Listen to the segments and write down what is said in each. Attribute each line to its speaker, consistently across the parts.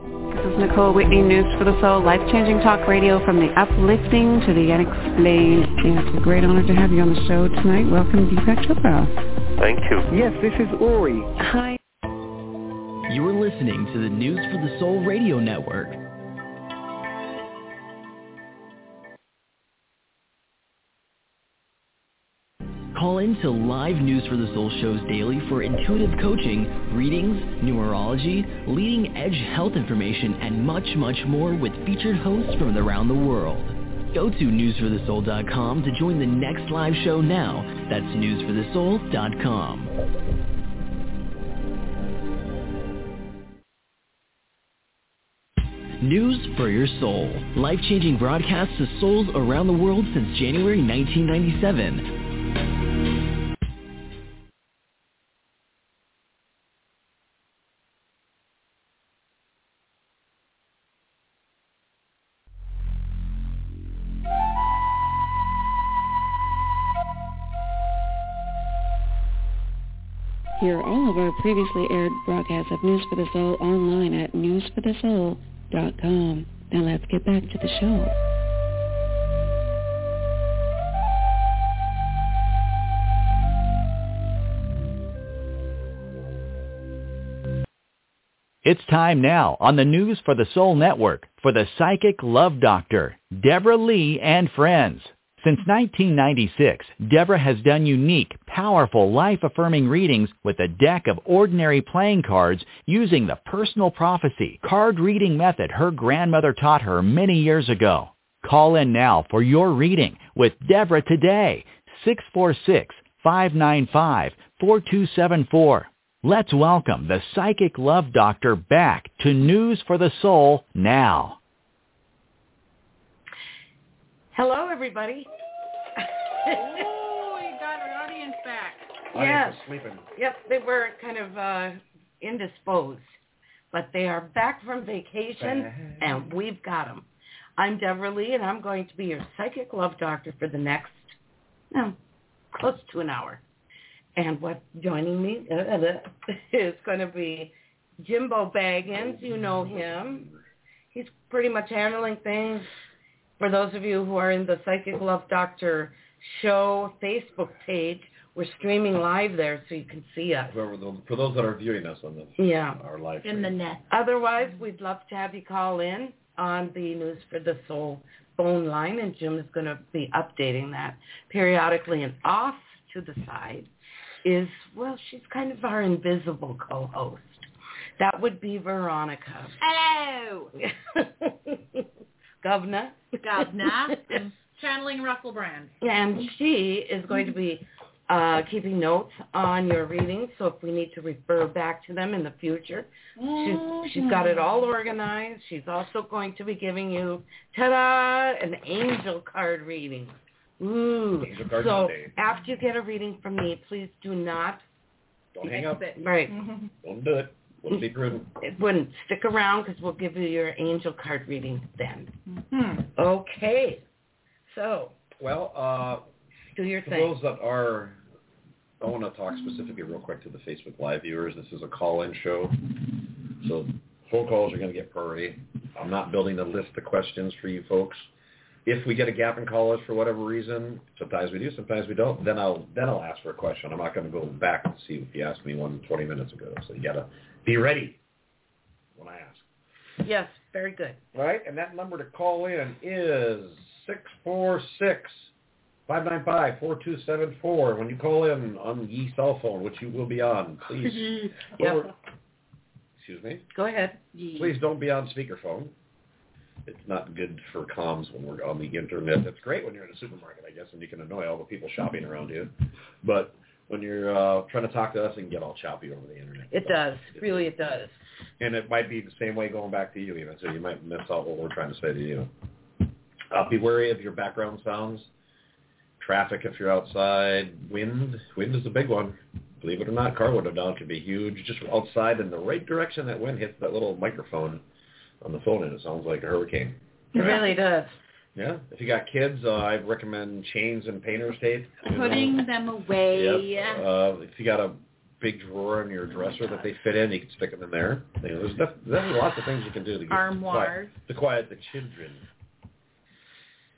Speaker 1: This is Nicole Whitney, News for the Soul, life-changing talk radio from the uplifting to the unexplained. And it's a great honor to have you on the show tonight. Welcome, Deepak Chopra.
Speaker 2: Thank you.
Speaker 3: Yes, this is Ori.
Speaker 1: Hi.
Speaker 4: You're listening to the News for the Soul Radio Network. Call in to live News for the Soul shows daily for intuitive coaching, readings, numerology, leading edge health information, and much, much more with featured hosts from around the world. Go to newsforthesoul.com to join the next live show now. That's newsforthesoul.com. News for your soul. Life-changing broadcasts to souls around the world since January 1997.
Speaker 1: Hear all of our previously aired broadcasts of News for the Soul online at newsforthesoul.com. Now let's get back to the show.
Speaker 5: It's time now on the News for the Soul Network for the Psychic Love Doctor, Deborah Lee and Friends. Since 1996, Deborah has done unique, powerful, life-affirming readings with a deck of ordinary playing cards using the personal prophecy card reading method her grandmother taught her many years ago. Call in now for your reading with Deborah today, 646-595-4274. Let's welcome the psychic love doctor back to News for the Soul now.
Speaker 6: Hello, everybody.
Speaker 7: Ooh, we got our audience back.
Speaker 6: yes,
Speaker 3: Sleeping.
Speaker 6: yep, they were kind of uh, indisposed, but they are back from vacation, and we've got them. I'm Deborah Lee, and I'm going to be your psychic love doctor for the next, no, close to an hour. And what joining me uh, uh, is going to be Jimbo Baggins. You know him. He's pretty much handling things for those of you who are in the Psychic Love Doctor show Facebook page, we're streaming live there so you can see us.
Speaker 8: For, the, for those that are viewing us on this,
Speaker 6: Yeah.
Speaker 8: our live
Speaker 7: In the
Speaker 8: stream.
Speaker 7: net.
Speaker 6: Otherwise, we'd love to have you call in on the News for the Soul phone line, and Jim is going to be updating that periodically. And off to the side is, well, she's kind of our invisible co-host. That would be Veronica.
Speaker 7: Hello,
Speaker 6: Governor.
Speaker 7: Governor. I'm channeling Russell Brand.
Speaker 6: And she is going to be uh, keeping notes on your readings, so if we need to refer back to them in the future, she's, she's got it all organized. She's also going to be giving you, ta-da, an angel card reading. Ooh.
Speaker 8: Angel Garden
Speaker 6: So
Speaker 8: Day.
Speaker 6: after you get a reading from me, please do not,
Speaker 8: Don't hang up.
Speaker 6: right,
Speaker 8: Don't do it. Don't be prudent.
Speaker 6: it wouldn't stick around because we'll give you your angel card reading then.
Speaker 7: Hmm.
Speaker 6: Mm-hmm. Okay. So
Speaker 8: Well, uh,
Speaker 6: do your
Speaker 8: for
Speaker 6: thing.
Speaker 8: those that are, I want to talk specifically real quick to the Facebook Live viewers. This is a call-in show, so phone calls are going to get priority. I'm not building a list of questions for you folks. If we get a gap in callers for whatever reason, sometimes we do, sometimes we don't. Then I'll then I'll ask for a question. I'm not going to go back and see if you asked me one 20 minutes ago. So you got to be ready when I ask.
Speaker 6: Yes, very good.
Speaker 8: All Right, and that number to call in is six four six five nine five four two seven four. When you call in on ye cell phone, which you will be on, please.
Speaker 6: Yep.
Speaker 8: Or- excuse me.
Speaker 6: Go ahead.
Speaker 8: Please don't be on speakerphone. It's not good for comms when we're on the internet. It's great when you're in a supermarket, I guess, and you can annoy all the people shopping around you. But when you're uh, trying to talk to us, it can get all choppy over the internet.
Speaker 6: It does. Really, it does.
Speaker 8: and it might be the same way going back to you even, so you might miss out what we're trying to say to you. Uh, be wary of your background sounds, traffic if you're outside, wind. Wind is a big one. Believe it or not, car window down can be huge. Just outside in the right direction that wind hits that little microphone on the phone and it sounds like a hurricane.
Speaker 6: It really does.
Speaker 8: Yeah. If you got kids, uh, I recommend chains and painter's tape. you know.
Speaker 7: Putting them away.
Speaker 8: Yep. Uh, if you got a big drawer in your dresser that they fit in. You can stick them in there. You know, there's, def- there's lots of things you can do to, get, to, quiet,
Speaker 7: Armoires.
Speaker 8: to quiet the children.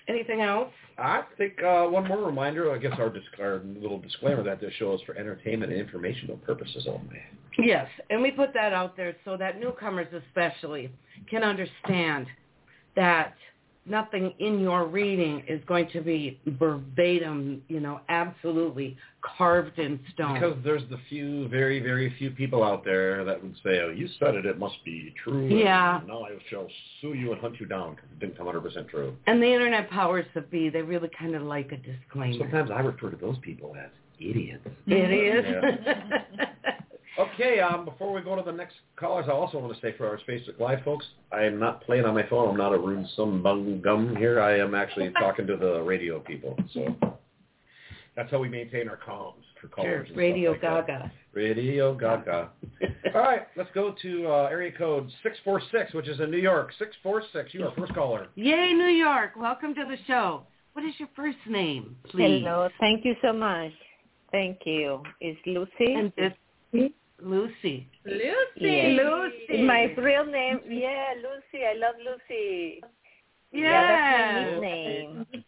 Speaker 6: Anything else?
Speaker 8: I think uh, one more reminder, I guess our, dis- our little disclaimer that this show is for entertainment and informational purposes only.
Speaker 6: Yes, and we put that out there so that newcomers especially can understand that nothing in your reading is going to be verbatim, you know, absolutely carved in stone.
Speaker 8: Because there's the few, very, very few people out there that would say, oh, you said it, it must be true. and
Speaker 6: Yeah.
Speaker 8: Now I shall sue you and hunt you down because it didn't come 100% true.
Speaker 6: and the internet powers that be, they really kind of like a disclaimer.
Speaker 8: Sometimes I refer to those people as idiots.
Speaker 6: It is.
Speaker 8: Okay, um, before we go to the next callers, I also want to say for our Facebook Live folks, I am not playing on my phone. I'm not a rude some bum gum Um, here. I am actually talking to the radio people. So that's how we maintain our comms for callers.
Speaker 6: Sure,
Speaker 8: and stuff
Speaker 6: Radio
Speaker 8: like that.
Speaker 6: Gaga.
Speaker 8: Radio Gaga. All right, let's go to uh, area code 646, which is in New York. 646, you are first caller.
Speaker 6: Yay, New York. Welcome to the show. What is your first name, please?
Speaker 2: Hello. Thank you so much. Thank you. It's Lucy.
Speaker 6: And this Lucy.
Speaker 7: Lucy.
Speaker 2: Yes.
Speaker 6: Lucy.
Speaker 2: My real name. Yeah, Lucy. I love Lucy. Yeah, that's my
Speaker 6: Yes.
Speaker 2: nickname.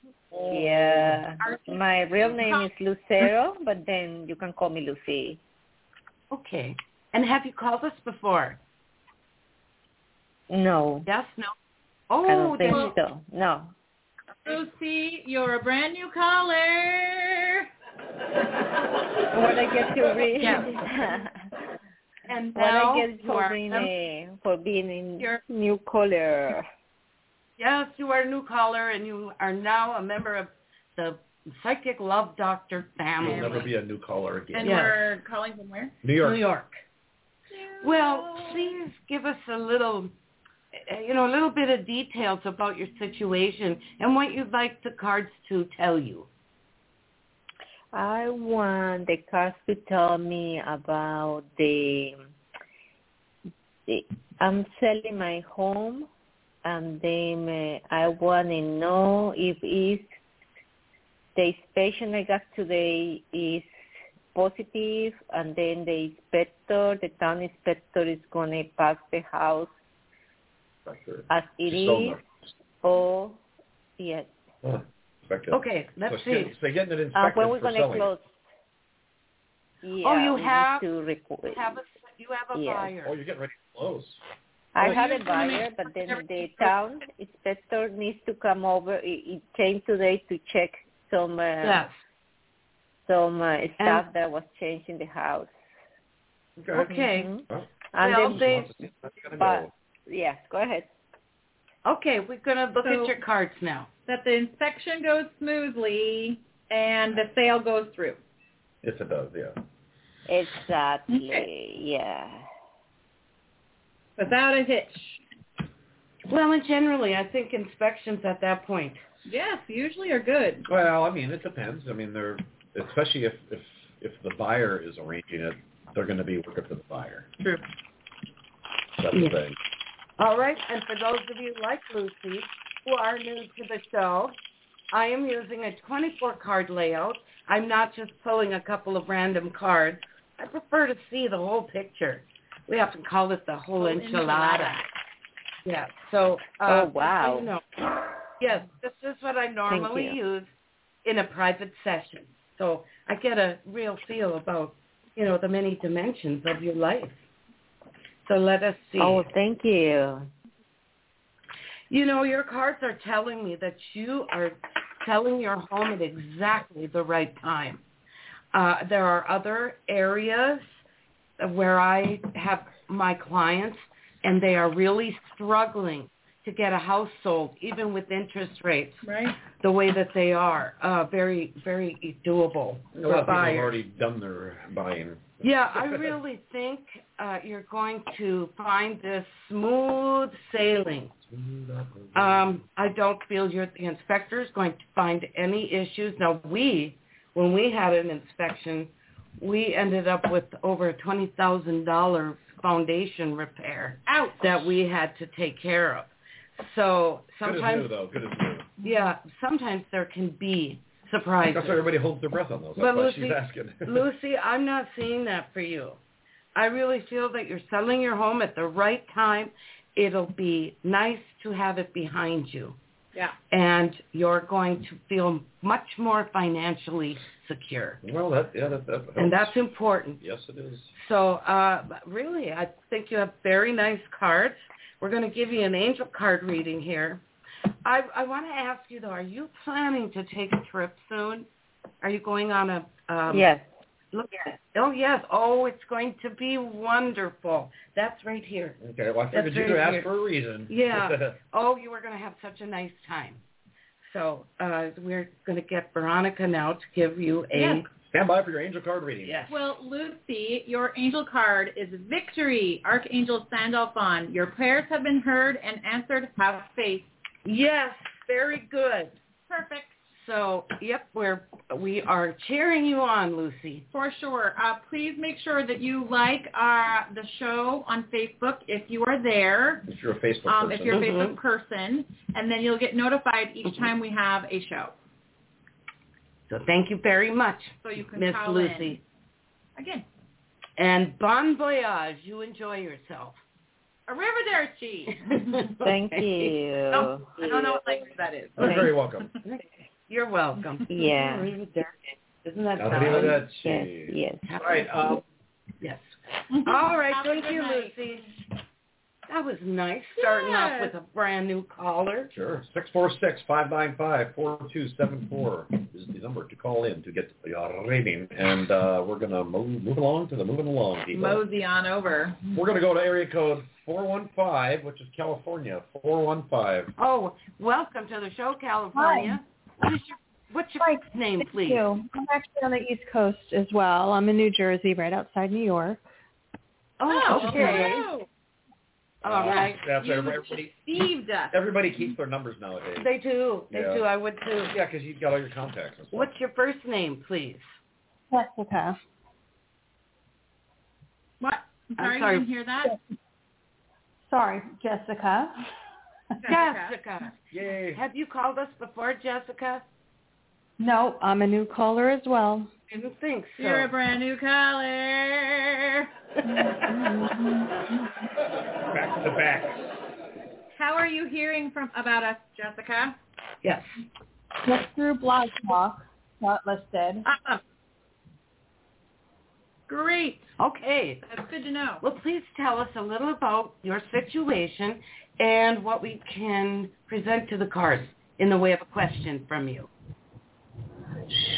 Speaker 2: Yeah. My real name is Lucero, but then you can call me Lucy.
Speaker 6: Okay. And have you called us before?
Speaker 2: No,
Speaker 6: Yes, no.
Speaker 2: I don't
Speaker 6: Oh,
Speaker 2: think
Speaker 6: then-
Speaker 2: so. No.
Speaker 7: Lucy, you're a brand new caller.
Speaker 2: What I get to read.
Speaker 6: and
Speaker 2: What
Speaker 6: now
Speaker 2: I get
Speaker 6: you
Speaker 2: for
Speaker 6: are
Speaker 2: being a, for being
Speaker 6: You're-
Speaker 2: a new caller.
Speaker 6: yes, you are a new caller, and you are now a member of the Psychic Love Doctor
Speaker 8: You'll
Speaker 6: family.
Speaker 8: never be a new caller
Speaker 7: And
Speaker 8: again.
Speaker 6: Yes.
Speaker 7: we're calling from where?
Speaker 8: New York.
Speaker 6: New York. Well, please give us a little, uh, you know, a little bit of details about your situation and what you'd like the cards to tell you.
Speaker 2: I want the cars to tell me about the, the I'm selling my home, and then uh, I want to know if is the inspection I got today is positive, and then the inspector, the town inspector, is going to pass the house
Speaker 8: Back there.
Speaker 2: as it
Speaker 8: She's
Speaker 2: is,
Speaker 8: so nervous.
Speaker 2: or yes,
Speaker 8: Huh. Back there.
Speaker 6: Okay, let's
Speaker 8: so she's
Speaker 6: see.
Speaker 8: getting- so getting it
Speaker 2: uh,
Speaker 8: inspected
Speaker 2: when we're
Speaker 8: for
Speaker 2: going to
Speaker 8: selling. it.
Speaker 2: close. Yeah, Oh,
Speaker 6: you
Speaker 2: we need
Speaker 6: have-
Speaker 2: to record.
Speaker 6: Have a, you have a
Speaker 2: Yes.
Speaker 8: Oh,
Speaker 6: buyer.
Speaker 8: you're getting ready to close.
Speaker 2: I
Speaker 6: Well,
Speaker 2: had a
Speaker 6: usually-
Speaker 2: buyer, but then the town inspector needs to come over. He, he came today to check some uh,
Speaker 6: Yes.
Speaker 2: some uh, stuff that was changed in the house.
Speaker 8: Okay.
Speaker 6: Okay.
Speaker 2: Mhm.
Speaker 8: Well,
Speaker 2: And
Speaker 6: Well,
Speaker 2: then,
Speaker 6: they-
Speaker 2: but yeah, go ahead.
Speaker 6: Okay, we're gonna look
Speaker 7: So-
Speaker 6: at your cards now.
Speaker 7: That the inspection goes smoothly and the sale goes through.
Speaker 8: Yes, it does. Yeah.
Speaker 2: Exactly.
Speaker 7: Okay.
Speaker 2: Yeah.
Speaker 7: Without a hitch.
Speaker 6: Well, and generally, I think inspections at that point.
Speaker 7: Yes, usually are good.
Speaker 8: Well, I mean, it depends. I mean, they're especially if if if the buyer is arranging it, they're going to be working for the buyer.
Speaker 6: True.
Speaker 8: That's
Speaker 6: Yeah.
Speaker 8: the thing.
Speaker 6: All right, and for those of you like Lucy who are new to the show, I am using a 24 card layout. I'm not just pulling a couple of random cards. I prefer to see the whole picture. We often call this the whole
Speaker 7: Whole
Speaker 6: enchilada. Yeah. So. Uh,
Speaker 2: Oh, wow.
Speaker 6: just so you know. Yes, this is what I normally
Speaker 2: you.
Speaker 6: use in a private session. So I get a real feel about you know the many dimensions of your life. So let us see.
Speaker 2: Oh, thank you.
Speaker 6: You know, your cards are telling me that you are selling your home at exactly the right time. Uh, there are other areas where I have my clients, and they are really struggling to get a house sold, even with interest rates
Speaker 7: Right?
Speaker 6: the way that they are. Uh, very, very
Speaker 8: A
Speaker 6: doable
Speaker 8: lot
Speaker 6: for
Speaker 8: of people have
Speaker 6: buyers.
Speaker 8: already done their buying.
Speaker 6: Yeah, I really think uh, you're going to find this smooth sailing. Um, I don't feel your the inspector is going to find any issues. Now we, when we had an inspection, we ended up with over a twenty thousand dollar foundation repair
Speaker 7: Ouch.
Speaker 6: that we had to take care of. So
Speaker 8: Good as new
Speaker 6: sometimes,
Speaker 8: though. Good as new.
Speaker 6: yeah, sometimes there can be surprises.
Speaker 8: That's why everybody holds their breath on those. That's
Speaker 6: But
Speaker 8: why she's
Speaker 6: Lucy-
Speaker 8: asking.
Speaker 6: Lucy, I'm not seeing that for you. I really feel that you're selling your home at the right time. It'll be nice to have it behind you.
Speaker 7: Yeah.
Speaker 6: And you're going to feel much more financially secure.
Speaker 8: well, that yeah, that, that helps.
Speaker 6: And that's important.
Speaker 8: yes, it is.
Speaker 6: So uh, really, I think you have very nice cards. We're going to give you an angel card reading here. I, I want to ask you though, are you planning to take a trip soon? Are you going on a um,
Speaker 2: yes.
Speaker 6: Look at it. Oh yes. Oh, it's going to be wonderful. That's right here.
Speaker 8: Okay, well, I figured
Speaker 6: That's
Speaker 8: you'd
Speaker 6: very
Speaker 8: ask
Speaker 6: weird.
Speaker 8: for a reason.
Speaker 6: Yeah. Oh, you are going to have such a nice time. So uh, we're going to get Veronica now to give you a.
Speaker 7: Yes.
Speaker 8: Stand by for your angel card reading.
Speaker 7: Well, Lucy, your angel card is victory. Archangel Sandalphon, your prayers have been heard and answered. Have faith.
Speaker 6: Yes. Very good.
Speaker 7: Perfect.
Speaker 6: So yep, we're we are cheering you on, Lucy.
Speaker 7: For sure. Uh, please make sure that you like uh, the show on Facebook if you are there,
Speaker 8: If you're a Facebook
Speaker 7: um,
Speaker 8: person. Mm-hmm.
Speaker 7: if you're a
Speaker 6: Mhm.
Speaker 7: Facebook person, and then you'll get notified each time we have a show.
Speaker 6: So thank you very much,
Speaker 7: So you can
Speaker 6: Miss
Speaker 7: call
Speaker 6: Lucy.
Speaker 7: in. Again,
Speaker 6: And bon voyage. You enjoy yourself.
Speaker 7: arrivederci.
Speaker 2: Thank you.
Speaker 7: Oh, I don't know what language that is.
Speaker 8: You're very welcome.
Speaker 6: You're welcome.
Speaker 2: Yeah.
Speaker 6: Isn't that sound?
Speaker 8: Arrivederci.
Speaker 2: Yes. Yes.
Speaker 8: All right. Um,
Speaker 6: Yes. All right.
Speaker 7: Mm-hmm. Have a
Speaker 6: Thank
Speaker 7: good
Speaker 6: you,
Speaker 7: night.
Speaker 6: Lucy. That was nice, starting off
Speaker 7: Yes.
Speaker 6: with a brand new caller.
Speaker 8: sure. Six four six five nine five four two seven four is the number to call in to get your reading, and uh, we're gonna move, move along to the moving along people.
Speaker 7: Mosey on over.
Speaker 8: We're gonna go to area code four one five, which is California four one five.
Speaker 6: Oh, welcome to the show, California. What is your, what's your
Speaker 3: Hi.
Speaker 6: name,
Speaker 3: Thank
Speaker 6: please?
Speaker 3: you. I'm actually on the East Coast as well. I'm in New Jersey, right outside New York.
Speaker 6: Oh,
Speaker 7: Oh,
Speaker 6: okay.
Speaker 7: hello.
Speaker 6: All right.
Speaker 8: That's
Speaker 7: You
Speaker 8: everybody.
Speaker 7: deceived us.
Speaker 8: Everybody keeps their numbers nowadays.
Speaker 6: They do. They
Speaker 8: Yeah.
Speaker 6: do. I would too.
Speaker 8: Yeah, because you've got all your contacts. And stuff.
Speaker 6: What's your first name, please?
Speaker 3: Jessica.
Speaker 7: What? I'm sorry,
Speaker 6: I'm sorry.
Speaker 7: you didn't hear that.
Speaker 3: Sorry, Jessica.
Speaker 7: Jessica.
Speaker 6: Jessica.
Speaker 8: Yay.
Speaker 6: Have you called us before, Jessica?
Speaker 3: No, I'm a new caller as well.
Speaker 6: Didn't think so.
Speaker 7: You're a brand new caller.
Speaker 8: Back to the back.
Speaker 7: How are you hearing from about us, Jessica?
Speaker 6: yes.
Speaker 3: Just through Blog Talk, not listed.
Speaker 6: Uh-huh.
Speaker 7: Awesome. Great.
Speaker 6: Okay.
Speaker 7: That's good to know.
Speaker 6: Well, please tell us a little about your situation and what we can present to the cards in the way of a question from you.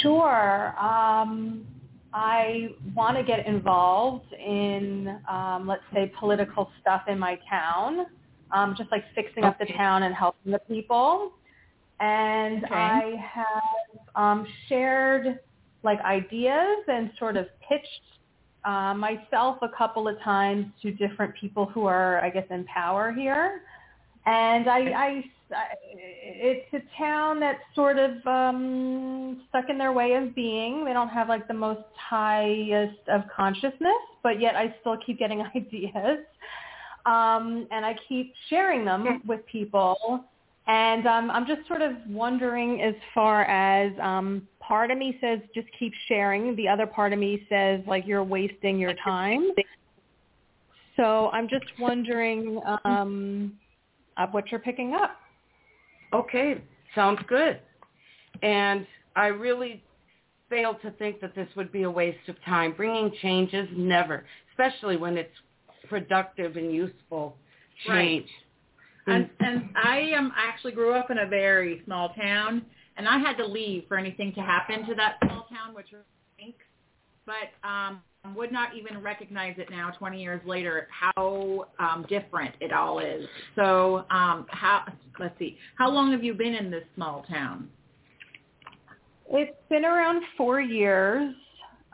Speaker 3: Sure. Um, I want to get involved in, um, let's say, political stuff in my town, um, just like fixing up the
Speaker 6: Okay.
Speaker 3: town and helping the people. And
Speaker 7: Okay.
Speaker 3: I have um, shared like ideas and sort of pitched uh, myself a couple of times to different people who are, I guess, in power here. And I, I, I it's a town that's sort of um, stuck in their way of being. They don't have like the most highest of consciousness, but yet I still keep getting ideas, um, and I keep sharing them with people. And um, I'm just sort of wondering as far as um, part of me says just keep sharing. The other part of me says like you're wasting your time. So I'm just wondering um, of what you're picking up.
Speaker 6: Okay, sounds good. And I really fail to think that this would be a waste of time. Bringing changes, never, especially when it's productive and useful
Speaker 7: Right.
Speaker 6: change.
Speaker 7: And, and I um actually grew up in a very small town, and I had to leave for anything to happen to that small town, which stinks. But um, would not even recognize it now, 20 years later, how um, different it all is. So, um, how let's see, how long have you been in this small town?
Speaker 3: It's been around four years.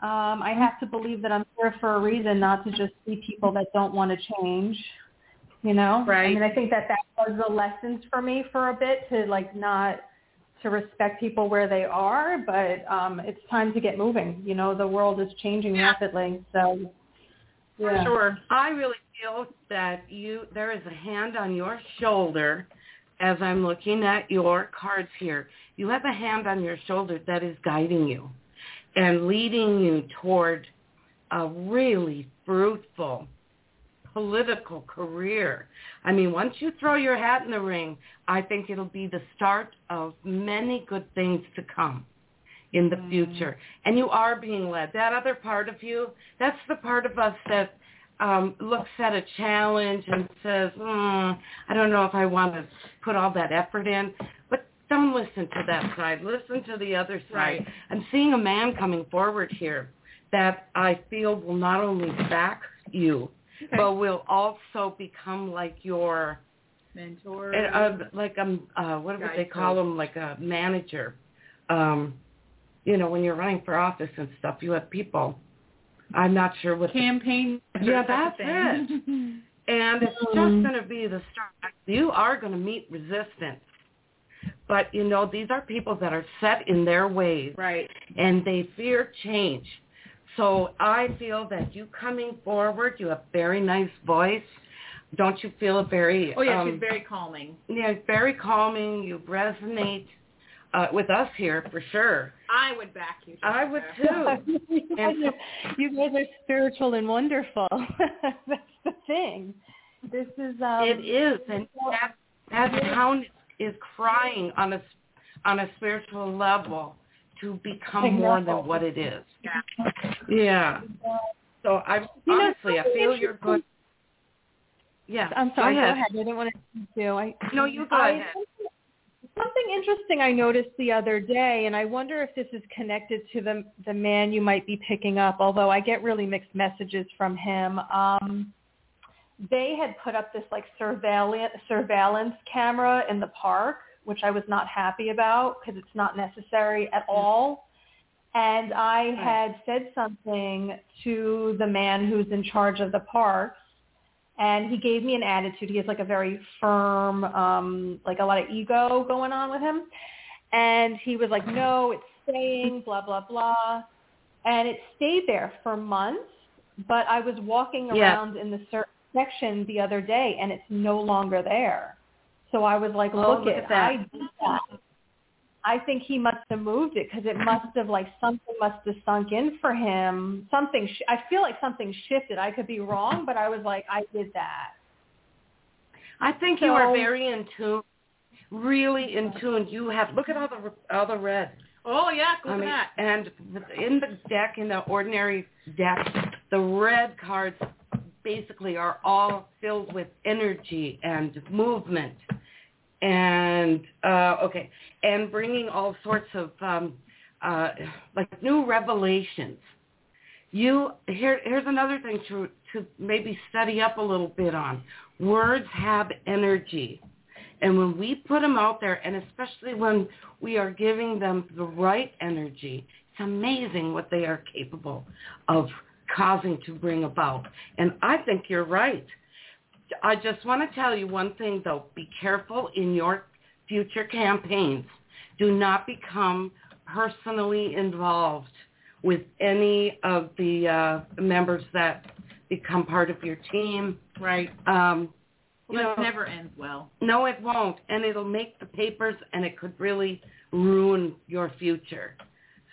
Speaker 3: Um, I have to believe that I'm here for a reason, not to just see people that don't want to change. You know,
Speaker 7: Right.
Speaker 3: I mean, I think that that was the lessons for me for a bit to like not to respect people where they are, but um, it's time to get moving. You know, the world is changing
Speaker 7: Yeah.
Speaker 3: rapidly, so yeah.
Speaker 7: For sure.
Speaker 6: I really feel that you there is a hand on your shoulder as I'm looking at your cards here, you have a hand on your shoulder that is guiding you and leading you toward a really fruitful political career. I mean, once you throw your hat in the ring, I think it'll be the start of many good things to come in the future. And you are being led. That other part of you, that's the part of us that um, looks at a challenge and says, mm, I don't know if I want to put all that effort in. But don't listen to that side. Listen to the other side.
Speaker 7: Right.
Speaker 6: I'm seeing a man coming forward here that I feel will not only back you, but will also become like your,
Speaker 7: Mentor.
Speaker 6: uh, uh, like um, uh, what would they
Speaker 7: Guide
Speaker 6: call him? Like a manager. Um, you know, when you're running for office and stuff, you have people. I'm not sure what the
Speaker 7: campaign. type
Speaker 6: Yeah,
Speaker 7: of
Speaker 6: that's
Speaker 7: thing.
Speaker 6: and it's just
Speaker 7: Mm-hmm.
Speaker 6: going to be the start. You are going to meet resistance. But, you know, these are people that are set in their ways
Speaker 7: right.
Speaker 6: and they fear change. So I feel that you coming forward, you have very nice voice. Don't you feel very,
Speaker 7: Oh yeah,
Speaker 6: um,
Speaker 7: she's very calming.
Speaker 6: yeah, very calming. You resonate uh, with us here for sure.
Speaker 7: I would back you.
Speaker 6: I would
Speaker 7: Jessica.
Speaker 6: too.
Speaker 3: you, guys are, you guys are spiritual and wonderful. That's the thing. This is um,
Speaker 6: It is, and that that town is crying on a s- on a spiritual level to
Speaker 3: I
Speaker 6: become more
Speaker 3: know.
Speaker 6: than what it is. Yeah. So I
Speaker 3: know,
Speaker 6: honestly, I
Speaker 3: something
Speaker 6: feel you're good. Yeah.
Speaker 3: I'm sorry.
Speaker 6: Go
Speaker 3: Go
Speaker 6: ahead.
Speaker 3: ahead. I didn't want to do. I
Speaker 6: No, you go
Speaker 3: I-
Speaker 6: ahead.
Speaker 3: Something interesting I noticed the other day, and I wonder if this is connected to the the man you might be picking up. Although I get really mixed messages from him. Um, they had put up this like surveillance surveillance camera in the park, which I was not happy about because it's not necessary at all. And I had said something to the man who's in charge of the parks and he gave me an attitude. He has like a very firm, um, like a lot of ego going on with him. And he was like, no, it's staying, blah, blah, blah. And it stayed there for months, but I was walking
Speaker 6: Yeah.
Speaker 3: around in the cer- section the other day and it's no longer there. So I was like,
Speaker 6: Oh,
Speaker 3: look,
Speaker 6: look
Speaker 3: it,
Speaker 6: at that.
Speaker 3: I did that. I think he must have moved it because it must have like something must have sunk in for him. Something sh- I feel like something shifted. I could be wrong, but I was like, I did that.
Speaker 6: I think you are
Speaker 3: So-
Speaker 6: very in tune, really in tune. You have look at all the r- all the red.
Speaker 7: Oh yeah, look
Speaker 6: I
Speaker 7: at
Speaker 6: mean,
Speaker 7: that.
Speaker 6: and in the deck, in the ordinary deck, the red cards basically are all filled with energy and movement, and uh, okay, and bringing all sorts of um, uh, like new revelations. You here, here's another thing to to maybe study up a little bit on. Words have energy. And when we put them out there, and especially when we are giving them the right energy, it's amazing what they are capable of causing to bring about. And I think you're right. I just want to tell you one thing, though. Be careful in your future campaigns. Do not become personally involved with any of the uh, members that become part of your team.
Speaker 7: Right.
Speaker 6: Um, you
Speaker 7: Well, it
Speaker 6: know,
Speaker 7: never ends well.
Speaker 6: no, it won't, and it'll make the papers, and it could really ruin your future.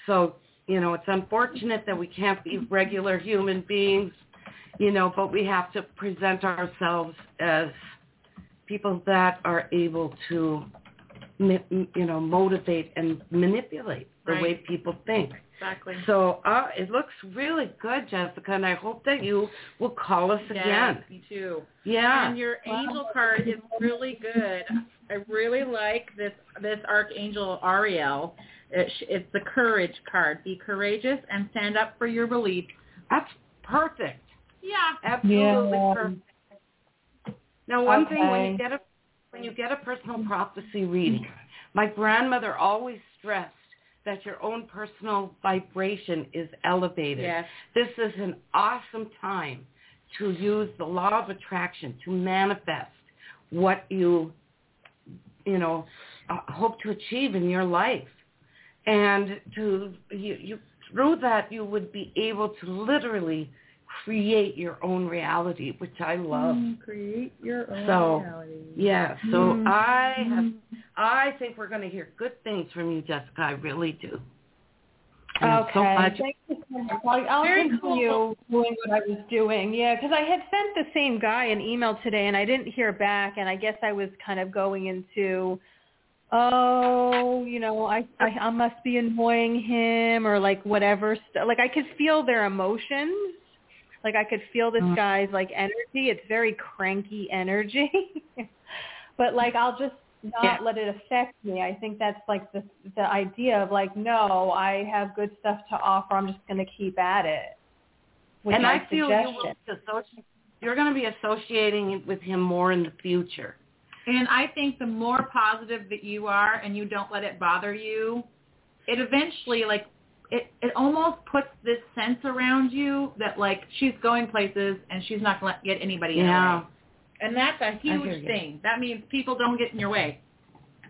Speaker 6: So, you know, it's unfortunate that we can't be regular human beings, you know, but we have to present ourselves as people that are able to, ma- you know, motivate and manipulate the way
Speaker 7: Right.
Speaker 6: people think.
Speaker 7: Exactly.
Speaker 6: So uh, it looks really good, Jessica, and I hope that you will call us
Speaker 7: Yes,
Speaker 6: again.
Speaker 7: me too.
Speaker 6: Yeah.
Speaker 7: And your angel card is really good. I really like this this archangel Ariel. It sh- It's the courage card. Be courageous and stand up for your beliefs.
Speaker 6: That's perfect.
Speaker 7: Yeah.
Speaker 6: Absolutely perfect. Now, one thing when
Speaker 3: Okay.
Speaker 6: you get a when you get a personal prophecy reading, my grandmother always stressed that your own personal vibration is elevated.
Speaker 7: Yes.
Speaker 6: This is an awesome time to use the law of attraction to manifest what you you know uh, hope to achieve in your life and to you, you through that you would be able to literally create your own reality, which I love.
Speaker 3: Mm-hmm.
Speaker 7: Create your own
Speaker 6: Mm-hmm. So,
Speaker 7: reality.
Speaker 6: Yeah, so I have I think we're going to hear good things from you, Jessica. I really do. And I'm so
Speaker 3: Okay.
Speaker 6: glad you-
Speaker 3: Thank you so much. I'll, I'll
Speaker 6: Very
Speaker 3: continue doing what I was doing. Yeah, because I had sent the same guy an email today, and I didn't hear back. And I guess I was kind of going into, oh, you know, I I, I must be annoying him or like whatever. St- like I could feel their emotions. Like I could feel this
Speaker 6: Uh-huh.
Speaker 3: guy's like energy. It's very cranky energy. but like I'll just not
Speaker 6: Yeah.
Speaker 3: let it affect me. I think that's like the the idea of like no, I have good stuff to offer. I'm just going to keep at it. With
Speaker 6: and
Speaker 3: my
Speaker 6: I feel
Speaker 3: suggestion.
Speaker 6: you will associ- you're going to be associating with him more in the future.
Speaker 7: And I think the more positive that you are and you don't let it bother you, it eventually like it it almost puts this sense around you that like she's going places and she's not going to let get anybody in her
Speaker 6: Yeah.
Speaker 7: way. And that's a
Speaker 6: hear
Speaker 7: huge
Speaker 6: you.
Speaker 7: thing. That means people don't get in your way.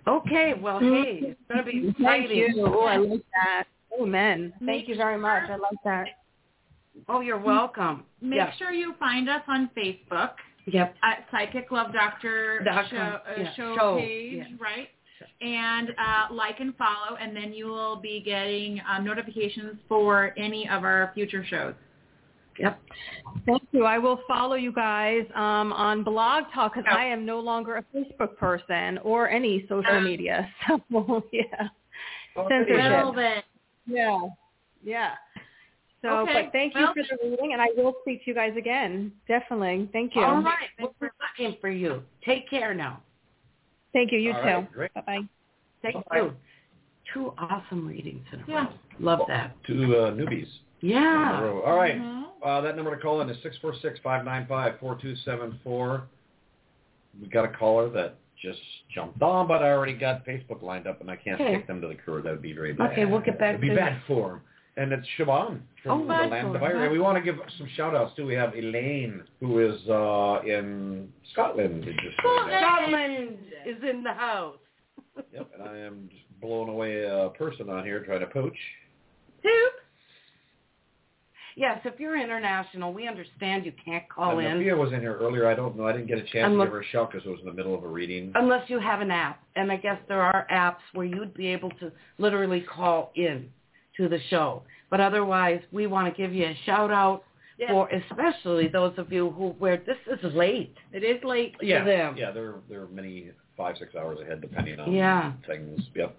Speaker 6: Okay, well, hey, it's going to be
Speaker 3: Mm-hmm. Thank
Speaker 6: exciting.
Speaker 3: you. Oh, I like that. Amen.
Speaker 7: Make
Speaker 3: Thank you very much. I like that.
Speaker 6: Oh, you're welcome.
Speaker 7: Make
Speaker 6: yeah.
Speaker 7: sure you find us on Facebook
Speaker 6: Yep.
Speaker 7: at Psychic Love Doctor
Speaker 6: Dot com.
Speaker 7: show, uh,
Speaker 6: Yeah,
Speaker 7: show,
Speaker 6: show,
Speaker 7: page,
Speaker 6: yeah.
Speaker 7: right? And uh, like and follow, and then you will be getting um, notifications for any of our future shows.
Speaker 6: Yep.
Speaker 3: Thank you. I will follow you guys um, on Blog Talk because
Speaker 7: Oh.
Speaker 3: I am no longer a Facebook person or any social
Speaker 7: Um,
Speaker 3: media. So yeah, censorship.
Speaker 7: Well then,
Speaker 3: Yeah, yeah. So,
Speaker 7: Okay,
Speaker 3: but thank you
Speaker 7: well-
Speaker 3: for the reading, and I will speak to you guys again. Definitely. Thank you.
Speaker 6: All right. Well, we're looking for you. Take care now.
Speaker 3: Thank you. You
Speaker 8: All
Speaker 3: too.
Speaker 8: right, great.
Speaker 3: Bye bye.
Speaker 6: Thank
Speaker 8: Bye.
Speaker 6: you. Two awesome readings in a
Speaker 7: Yeah.
Speaker 6: row. Love that.
Speaker 8: To uh, newbies.
Speaker 6: Yeah. Mm-hmm.
Speaker 8: All right. Uh, that number to call in is six four six five nine five four two seven four. We got a caller that just jumped on, but I already got Facebook lined up, and I can't
Speaker 6: Okay.
Speaker 8: take them to the crew. That would be very bad.
Speaker 6: Okay, we'll get back
Speaker 8: It'd be
Speaker 6: to-
Speaker 8: bad form. And it's Siobhan
Speaker 6: Oh,
Speaker 8: from the
Speaker 6: bad
Speaker 8: land of
Speaker 6: form,
Speaker 8: Ireland.
Speaker 6: huh?
Speaker 8: We want to give some shout outs too. We have Elaine who is uh, in Scotland. Did you say that?
Speaker 6: Scotland is in the house.
Speaker 8: Yep, and I am just blowing away a person on here trying to poach.
Speaker 6: Hoop. Yes, if you're international, we understand you can't call
Speaker 8: and
Speaker 6: in
Speaker 8: Sophia was in here earlier. I don't know. I didn't get a chance
Speaker 6: I'm
Speaker 8: to
Speaker 6: look-
Speaker 8: give
Speaker 6: Oh,
Speaker 8: her a shout because it was in the middle of a reading.
Speaker 6: unless you have an app. And I guess there are apps where you'd be able to literally call in to the show. But otherwise, we want to give you a shout out for especially those of you who where this is late.
Speaker 7: It is late.
Speaker 8: yeah,
Speaker 6: them.
Speaker 8: yeah, they're they're many five six hours ahead depending on
Speaker 6: Yeah.
Speaker 8: things. Yep.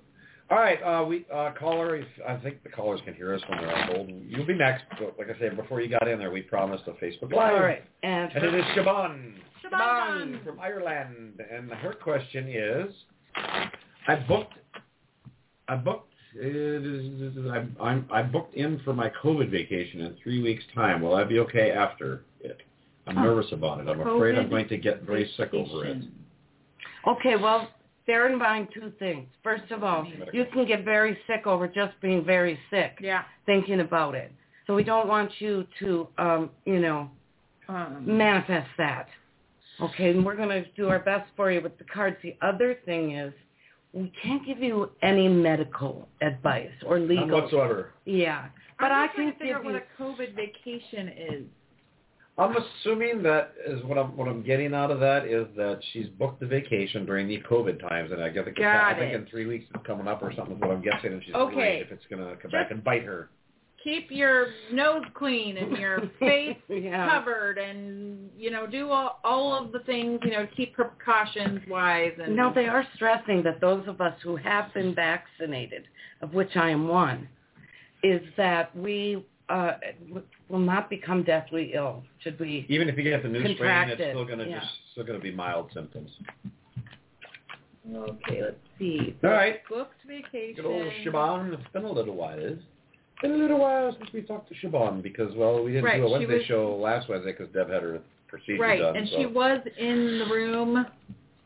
Speaker 8: All right, uh, we uh, caller. If, I think the callers can hear us when they're on hold. You'll be next. But like I said, before you got in there, we promised a Facebook live.
Speaker 6: All right. And,
Speaker 8: And it is Siobhan.
Speaker 7: Siobhan.
Speaker 8: from Ireland. And her question is, I booked, I booked, uh, I'm, I'm, I booked in for my COVID vacation in three weeks' time. Will I be okay after it? I'm nervous about it. I'm afraid I'm
Speaker 7: COVID
Speaker 8: going to get very sick over it.
Speaker 6: Okay, well, bear in mind two things. First of all, you can get very sick over just being very sick,
Speaker 7: Yeah.
Speaker 6: thinking about it. So we don't want you to, um, you know,
Speaker 7: Um,
Speaker 6: manifest that. Okay, and we're going to do our best for you with the cards. The other thing is we can't give you any medical advice or
Speaker 8: None
Speaker 6: legal.
Speaker 8: whatsoever.
Speaker 6: Yeah, but
Speaker 7: I'm
Speaker 6: I
Speaker 7: just trying
Speaker 6: can
Speaker 7: to
Speaker 6: give
Speaker 7: figure out what
Speaker 6: you.
Speaker 7: a COVID vacation is.
Speaker 8: I'm assuming that is what I'm what I'm getting out of that is that she's booked the vacation during the COVID times, and I guess it-
Speaker 6: Got
Speaker 8: I think
Speaker 6: it.
Speaker 8: in three weeks it's coming up or something is what I'm guessing, and she's
Speaker 7: Okay.
Speaker 8: worried if it's going to come back and bite her.
Speaker 7: Keep your nose clean and your face
Speaker 6: yeah.
Speaker 7: covered, and you know, do all, all of the things. You know, keep precautions wise. And
Speaker 6: No, they are stressing that those of us who have been vaccinated, of which I am one, is that we uh, will not become deathly ill should we
Speaker 8: Even if you get the new strain,
Speaker 6: Contracted,
Speaker 8: it's still going to
Speaker 6: yeah.
Speaker 8: just still going to be mild symptoms.
Speaker 7: Okay, let's see.
Speaker 8: All right,
Speaker 7: Booked vacation.
Speaker 8: good old Siobhan. It's been a little while. It's been a little while since we talked to Siobhan because well, we didn't
Speaker 7: Right,
Speaker 8: do a
Speaker 7: she
Speaker 8: Wednesday
Speaker 7: was-
Speaker 8: show last Wednesday because Deb had her procedure
Speaker 7: Right,
Speaker 8: done.
Speaker 7: and
Speaker 8: so.
Speaker 7: she was in the room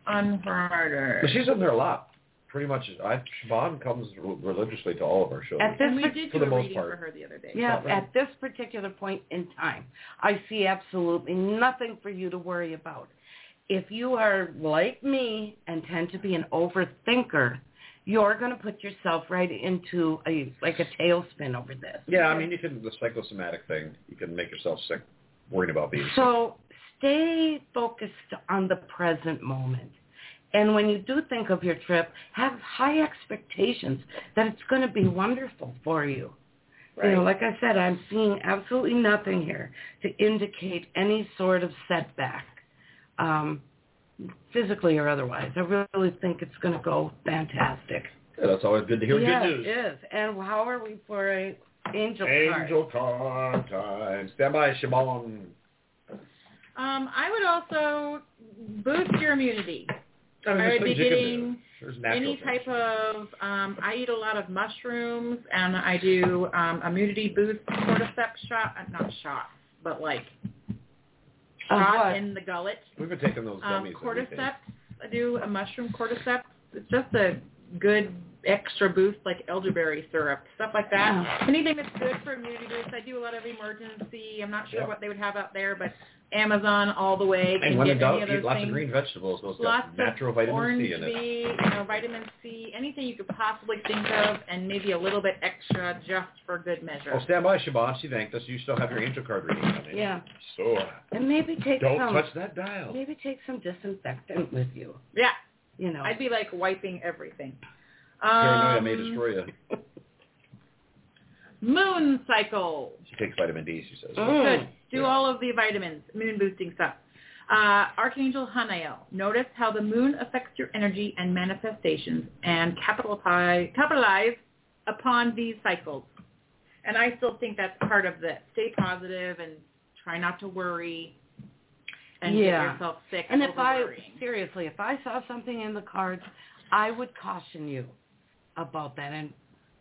Speaker 7: on Friday.
Speaker 8: But she's in there a lot. Pretty much, I, Siobhan comes re- religiously to all of our shows.
Speaker 6: At this
Speaker 7: and we
Speaker 6: par-
Speaker 7: did
Speaker 8: for
Speaker 7: do
Speaker 8: the
Speaker 7: a
Speaker 8: most
Speaker 7: reading
Speaker 8: part.
Speaker 7: for her the other day.
Speaker 6: Yeah,
Speaker 8: Something.
Speaker 6: at this particular point in time, I see absolutely nothing for you to worry about. If you are like me and tend to be an overthinker, you're going to put yourself right into a like a tailspin over this.
Speaker 8: Yeah, I mean, you can the psychosomatic thing. You can make yourself sick worrying about being
Speaker 6: So stay focused on the present moment. And when you do think of your trip, have high expectations that it's going to be wonderful for you. You know, like I said, I'm seeing absolutely nothing here to indicate any sort of setback, um, physically or otherwise. I really think it's going to go fantastic.
Speaker 8: Yeah, that's always good to hear
Speaker 6: yeah,
Speaker 8: good news.
Speaker 6: it is. And how are we for a angel, card?
Speaker 8: Angel car time. Stand by, Shimon.
Speaker 7: Um, I would also boost your immunity.
Speaker 8: I mean, there's
Speaker 7: Are
Speaker 8: things Oh, you
Speaker 7: you
Speaker 8: can do.
Speaker 7: getting
Speaker 8: There's natural
Speaker 7: Any
Speaker 8: things.
Speaker 7: type of, um, I eat a lot of mushrooms and I do um, immunity boost cordyceps shot, uh, not shot, but like
Speaker 6: Of
Speaker 7: shot
Speaker 6: what?
Speaker 7: in the gullet.
Speaker 8: We've been taking those
Speaker 7: Um,
Speaker 8: gummies. every day.
Speaker 7: cordyceps, I do a mushroom cordyceps. It's just a good extra boost like elderberry syrup, stuff like that.
Speaker 6: Oh.
Speaker 7: Anything that's good for immunity boost. I do a lot of emergency. I'm not sure
Speaker 8: Yeah.
Speaker 7: what they would have out there, but Amazon all the way.
Speaker 8: And
Speaker 7: can
Speaker 8: when
Speaker 7: get
Speaker 8: in
Speaker 7: any
Speaker 8: doubt,
Speaker 7: of those
Speaker 8: eat lots
Speaker 7: things
Speaker 8: of green vegetables. Those
Speaker 7: lots
Speaker 8: got natural
Speaker 7: of
Speaker 8: vitamin
Speaker 7: orange
Speaker 8: C in it.
Speaker 7: B, you know, vitamin C, anything you could possibly think of, and maybe a little bit extra just for good measure.
Speaker 8: Well, Oh, stand by, Shabbat. She thanked us. You still have your angel card reading coming.
Speaker 6: Yeah.
Speaker 8: So uh,
Speaker 6: And maybe take
Speaker 8: don't
Speaker 6: some
Speaker 8: touch that dial.
Speaker 6: maybe take some disinfectant with you.
Speaker 7: yeah,
Speaker 6: You know.
Speaker 7: I'd be like wiping everything.
Speaker 8: Paranoia
Speaker 7: Um,
Speaker 8: may destroy you.
Speaker 7: Moon cycle.
Speaker 8: She takes vitamin D. She says.
Speaker 7: Good. Mm. Do
Speaker 8: Yeah.
Speaker 7: all of the vitamins, moon boosting stuff. Uh, Archangel Hanael. Notice how the moon affects your energy and manifestations, and capitalize capitalize upon these cycles. And I still think that's part of the stay positive and try not to worry and
Speaker 6: Yeah.
Speaker 7: get yourself sick.
Speaker 6: And if
Speaker 7: over
Speaker 6: I
Speaker 7: worrying.
Speaker 6: seriously, if I saw something in the cards, I would caution you about that. And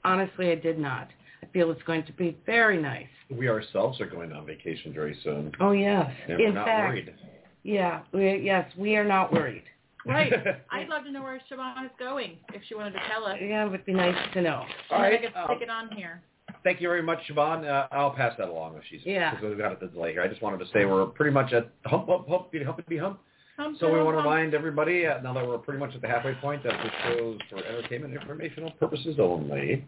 Speaker 6: honestly, I did not. I feel it's going to be very nice.
Speaker 8: We ourselves are going on vacation very soon.
Speaker 6: Oh yes.
Speaker 8: And we're
Speaker 6: in
Speaker 8: not
Speaker 6: fact,
Speaker 8: worried.
Speaker 6: yeah. We, yes, we are not worried.
Speaker 7: right, I'd love to know where Siobhan is going if she wanted to tell us.
Speaker 6: Yeah, it would be nice to know.
Speaker 8: All
Speaker 7: I
Speaker 8: right.
Speaker 7: could
Speaker 8: um,
Speaker 7: stick it on here.
Speaker 8: Thank you very much, Siobhan. Uh, I'll pass that along if she's
Speaker 6: Yeah.
Speaker 8: because we've got a delay here. I just wanted to say we're pretty much at hump hump hump be hump be hump.
Speaker 7: Hump,
Speaker 8: So we
Speaker 7: hump,
Speaker 8: want to
Speaker 7: hump.
Speaker 8: remind everybody uh, now that we're pretty much at the halfway point that this show is for entertainment informational purposes only.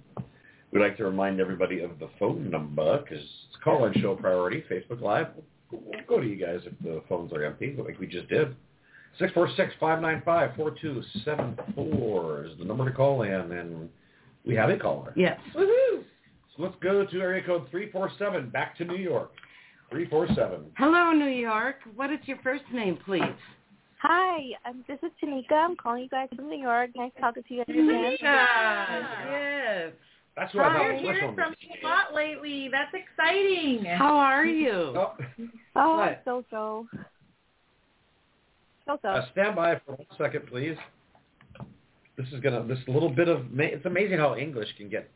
Speaker 8: We'd like to remind everybody of the phone number because it's call-in show priority. Facebook Live, we'll we'll go to you guys if the phones are empty, like we just did. Six four six five nine five four two seven four is the number to call in, and we have a caller.
Speaker 6: Yes.
Speaker 8: Woohoo! So let's go to area code 347, back to New York. 347.
Speaker 6: Hello, New York. What is your first name, please?
Speaker 9: Hi, um, this is Tanika. I'm calling you guys from New York. Nice talking to you guys again.
Speaker 6: Yes.
Speaker 8: That's what I thought
Speaker 7: We're
Speaker 8: was
Speaker 7: hearing
Speaker 8: on
Speaker 7: from
Speaker 8: this.
Speaker 7: you a lot lately. That's exciting.
Speaker 6: How are you?
Speaker 8: Oh,
Speaker 9: Oh,
Speaker 6: Right.
Speaker 9: so so. So so.
Speaker 8: uh, stand by for one second, please. This is gonna this little bit of ma- it's amazing how English can get.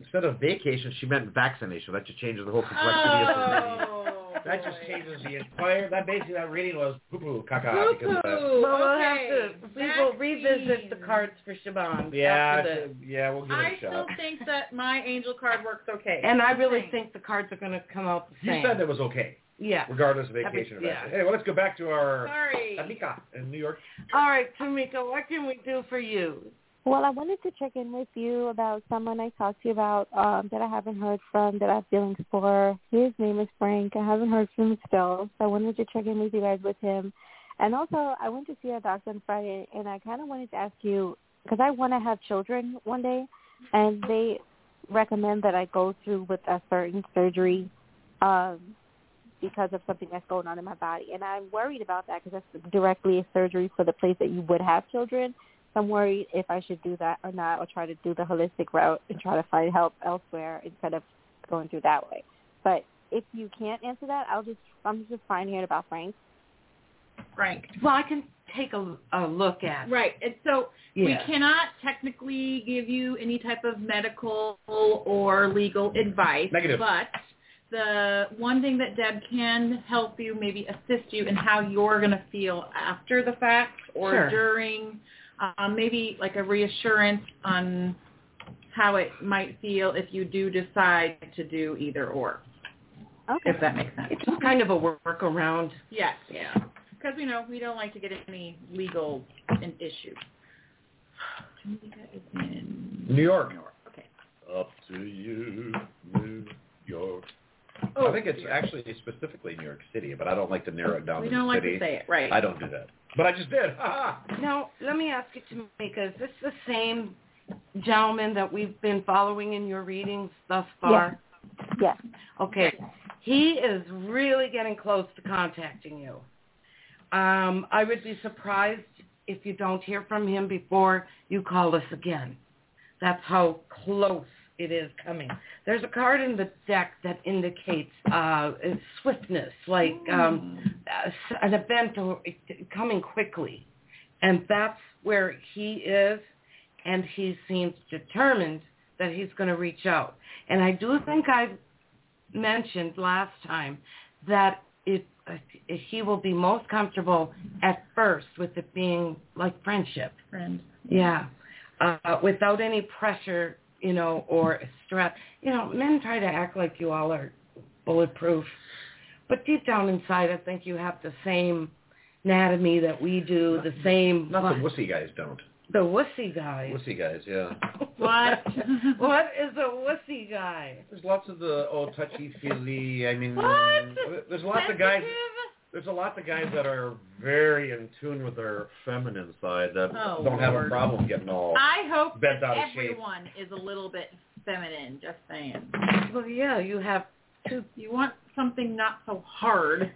Speaker 8: Instead of vacation, she meant vaccination. That just changes the whole complexity of the reading.
Speaker 7: Oh,
Speaker 8: That just
Speaker 7: boy.
Speaker 8: changes the entire. That basically that reading was poo poo caca because of that.
Speaker 7: Woo-hoo.
Speaker 6: Well, we'll have
Speaker 7: Okay.
Speaker 6: to- we will revisit
Speaker 7: Vaccines.
Speaker 6: the cards for Siobhan.
Speaker 8: Yeah,
Speaker 6: after this.
Speaker 8: it's a- yeah, we'll give
Speaker 7: I
Speaker 8: it a
Speaker 7: still
Speaker 8: shot.
Speaker 7: think that my angel card works okay.
Speaker 6: And I really
Speaker 7: Thanks.
Speaker 6: think the cards are going to come out the
Speaker 8: You
Speaker 6: same.
Speaker 8: said it was okay,
Speaker 6: Yeah.
Speaker 8: regardless of vacation. or
Speaker 6: yeah.
Speaker 8: vaccine. Hey, well, let's go back to our
Speaker 7: Sorry.
Speaker 8: Amika in New York.
Speaker 6: All right, Tamika, what can we do for you?
Speaker 9: Well, I wanted to check in with you about someone I talked to you about um, that I haven't heard from that I have feelings for. His name is Frank. I haven't heard from him still, so I wanted to check in with you guys with him. And also, I went to see a doctor on Friday, and I kind of wanted to ask you because I want to have children one day, and they recommend that I go through with a certain surgery um, because of something that's going on in my body, and I'm worried about that because that's directly a surgery for the place that you would have children. I'm worried if I should do that or not, or try to do the holistic route and try to find help elsewhere instead of going through that way. But if you can't answer that, I'll just I'm just fine hearing about Frank.
Speaker 7: Frank.
Speaker 6: Well, I can take a, a look at.
Speaker 7: Right. And so we
Speaker 6: Yeah.
Speaker 7: cannot technically give you any type of medical or legal advice.
Speaker 8: Negative.
Speaker 7: But the one thing that Deb can help you, maybe assist you in how you're going to feel after the fact or
Speaker 6: Sure.
Speaker 7: during, um, maybe like a reassurance on how it might feel if you do decide to do either or,
Speaker 9: Okay.
Speaker 7: if that makes sense.
Speaker 6: It's just kind of a workaround.
Speaker 7: Yes.
Speaker 6: Yeah.
Speaker 7: Because, you know, we don't like to get any legal in- issues. Tamika is in
Speaker 8: New York.
Speaker 7: New York. Okay.
Speaker 8: Up to you, New York.
Speaker 7: Oh,
Speaker 8: I think it's actually specifically New York City, but I don't like to narrow it down
Speaker 7: We
Speaker 8: to
Speaker 7: don't
Speaker 8: the
Speaker 7: like
Speaker 8: city.
Speaker 7: to say it, right?
Speaker 8: I don't do that. But I just did. Ha ha.
Speaker 6: Now, let me ask you, Tamika, is this the same gentleman that we've been following in your readings thus far?
Speaker 9: Yes.
Speaker 6: Okay. He is really getting close to contacting you. Um, I would be surprised if you don't hear from him before you call us again. That's how close it is coming. There's a card in the deck that indicates uh, swiftness, like um, uh, an event or coming quickly. And that's where he is, and he seems determined that he's going to reach out. And I do think I've mentioned last time that it, uh, he will be most comfortable at first with it being like friendship.
Speaker 7: Friend.
Speaker 6: Yeah. Uh, without any pressure, you know, or stress. You know, men try to act like you all are bulletproof. But deep down inside, I think you have the same anatomy that we do, the same...
Speaker 8: Not the wussy guys don't.
Speaker 6: The wussy guy.
Speaker 8: Wussy guys, yeah.
Speaker 7: What?
Speaker 6: what is a wussy guy?
Speaker 8: There's lots of the oh touchy feely. I mean,
Speaker 7: What?
Speaker 8: there's lots of guys. There's a lot of guys that are very in tune with their feminine side that
Speaker 7: Oh,
Speaker 8: don't have a
Speaker 7: Lord.
Speaker 8: problem getting all.
Speaker 7: I hope
Speaker 8: Bent
Speaker 7: that
Speaker 8: out of shape.
Speaker 7: everyone is a little bit feminine. Just saying.
Speaker 6: Well, yeah, you have
Speaker 7: You want something not so hard.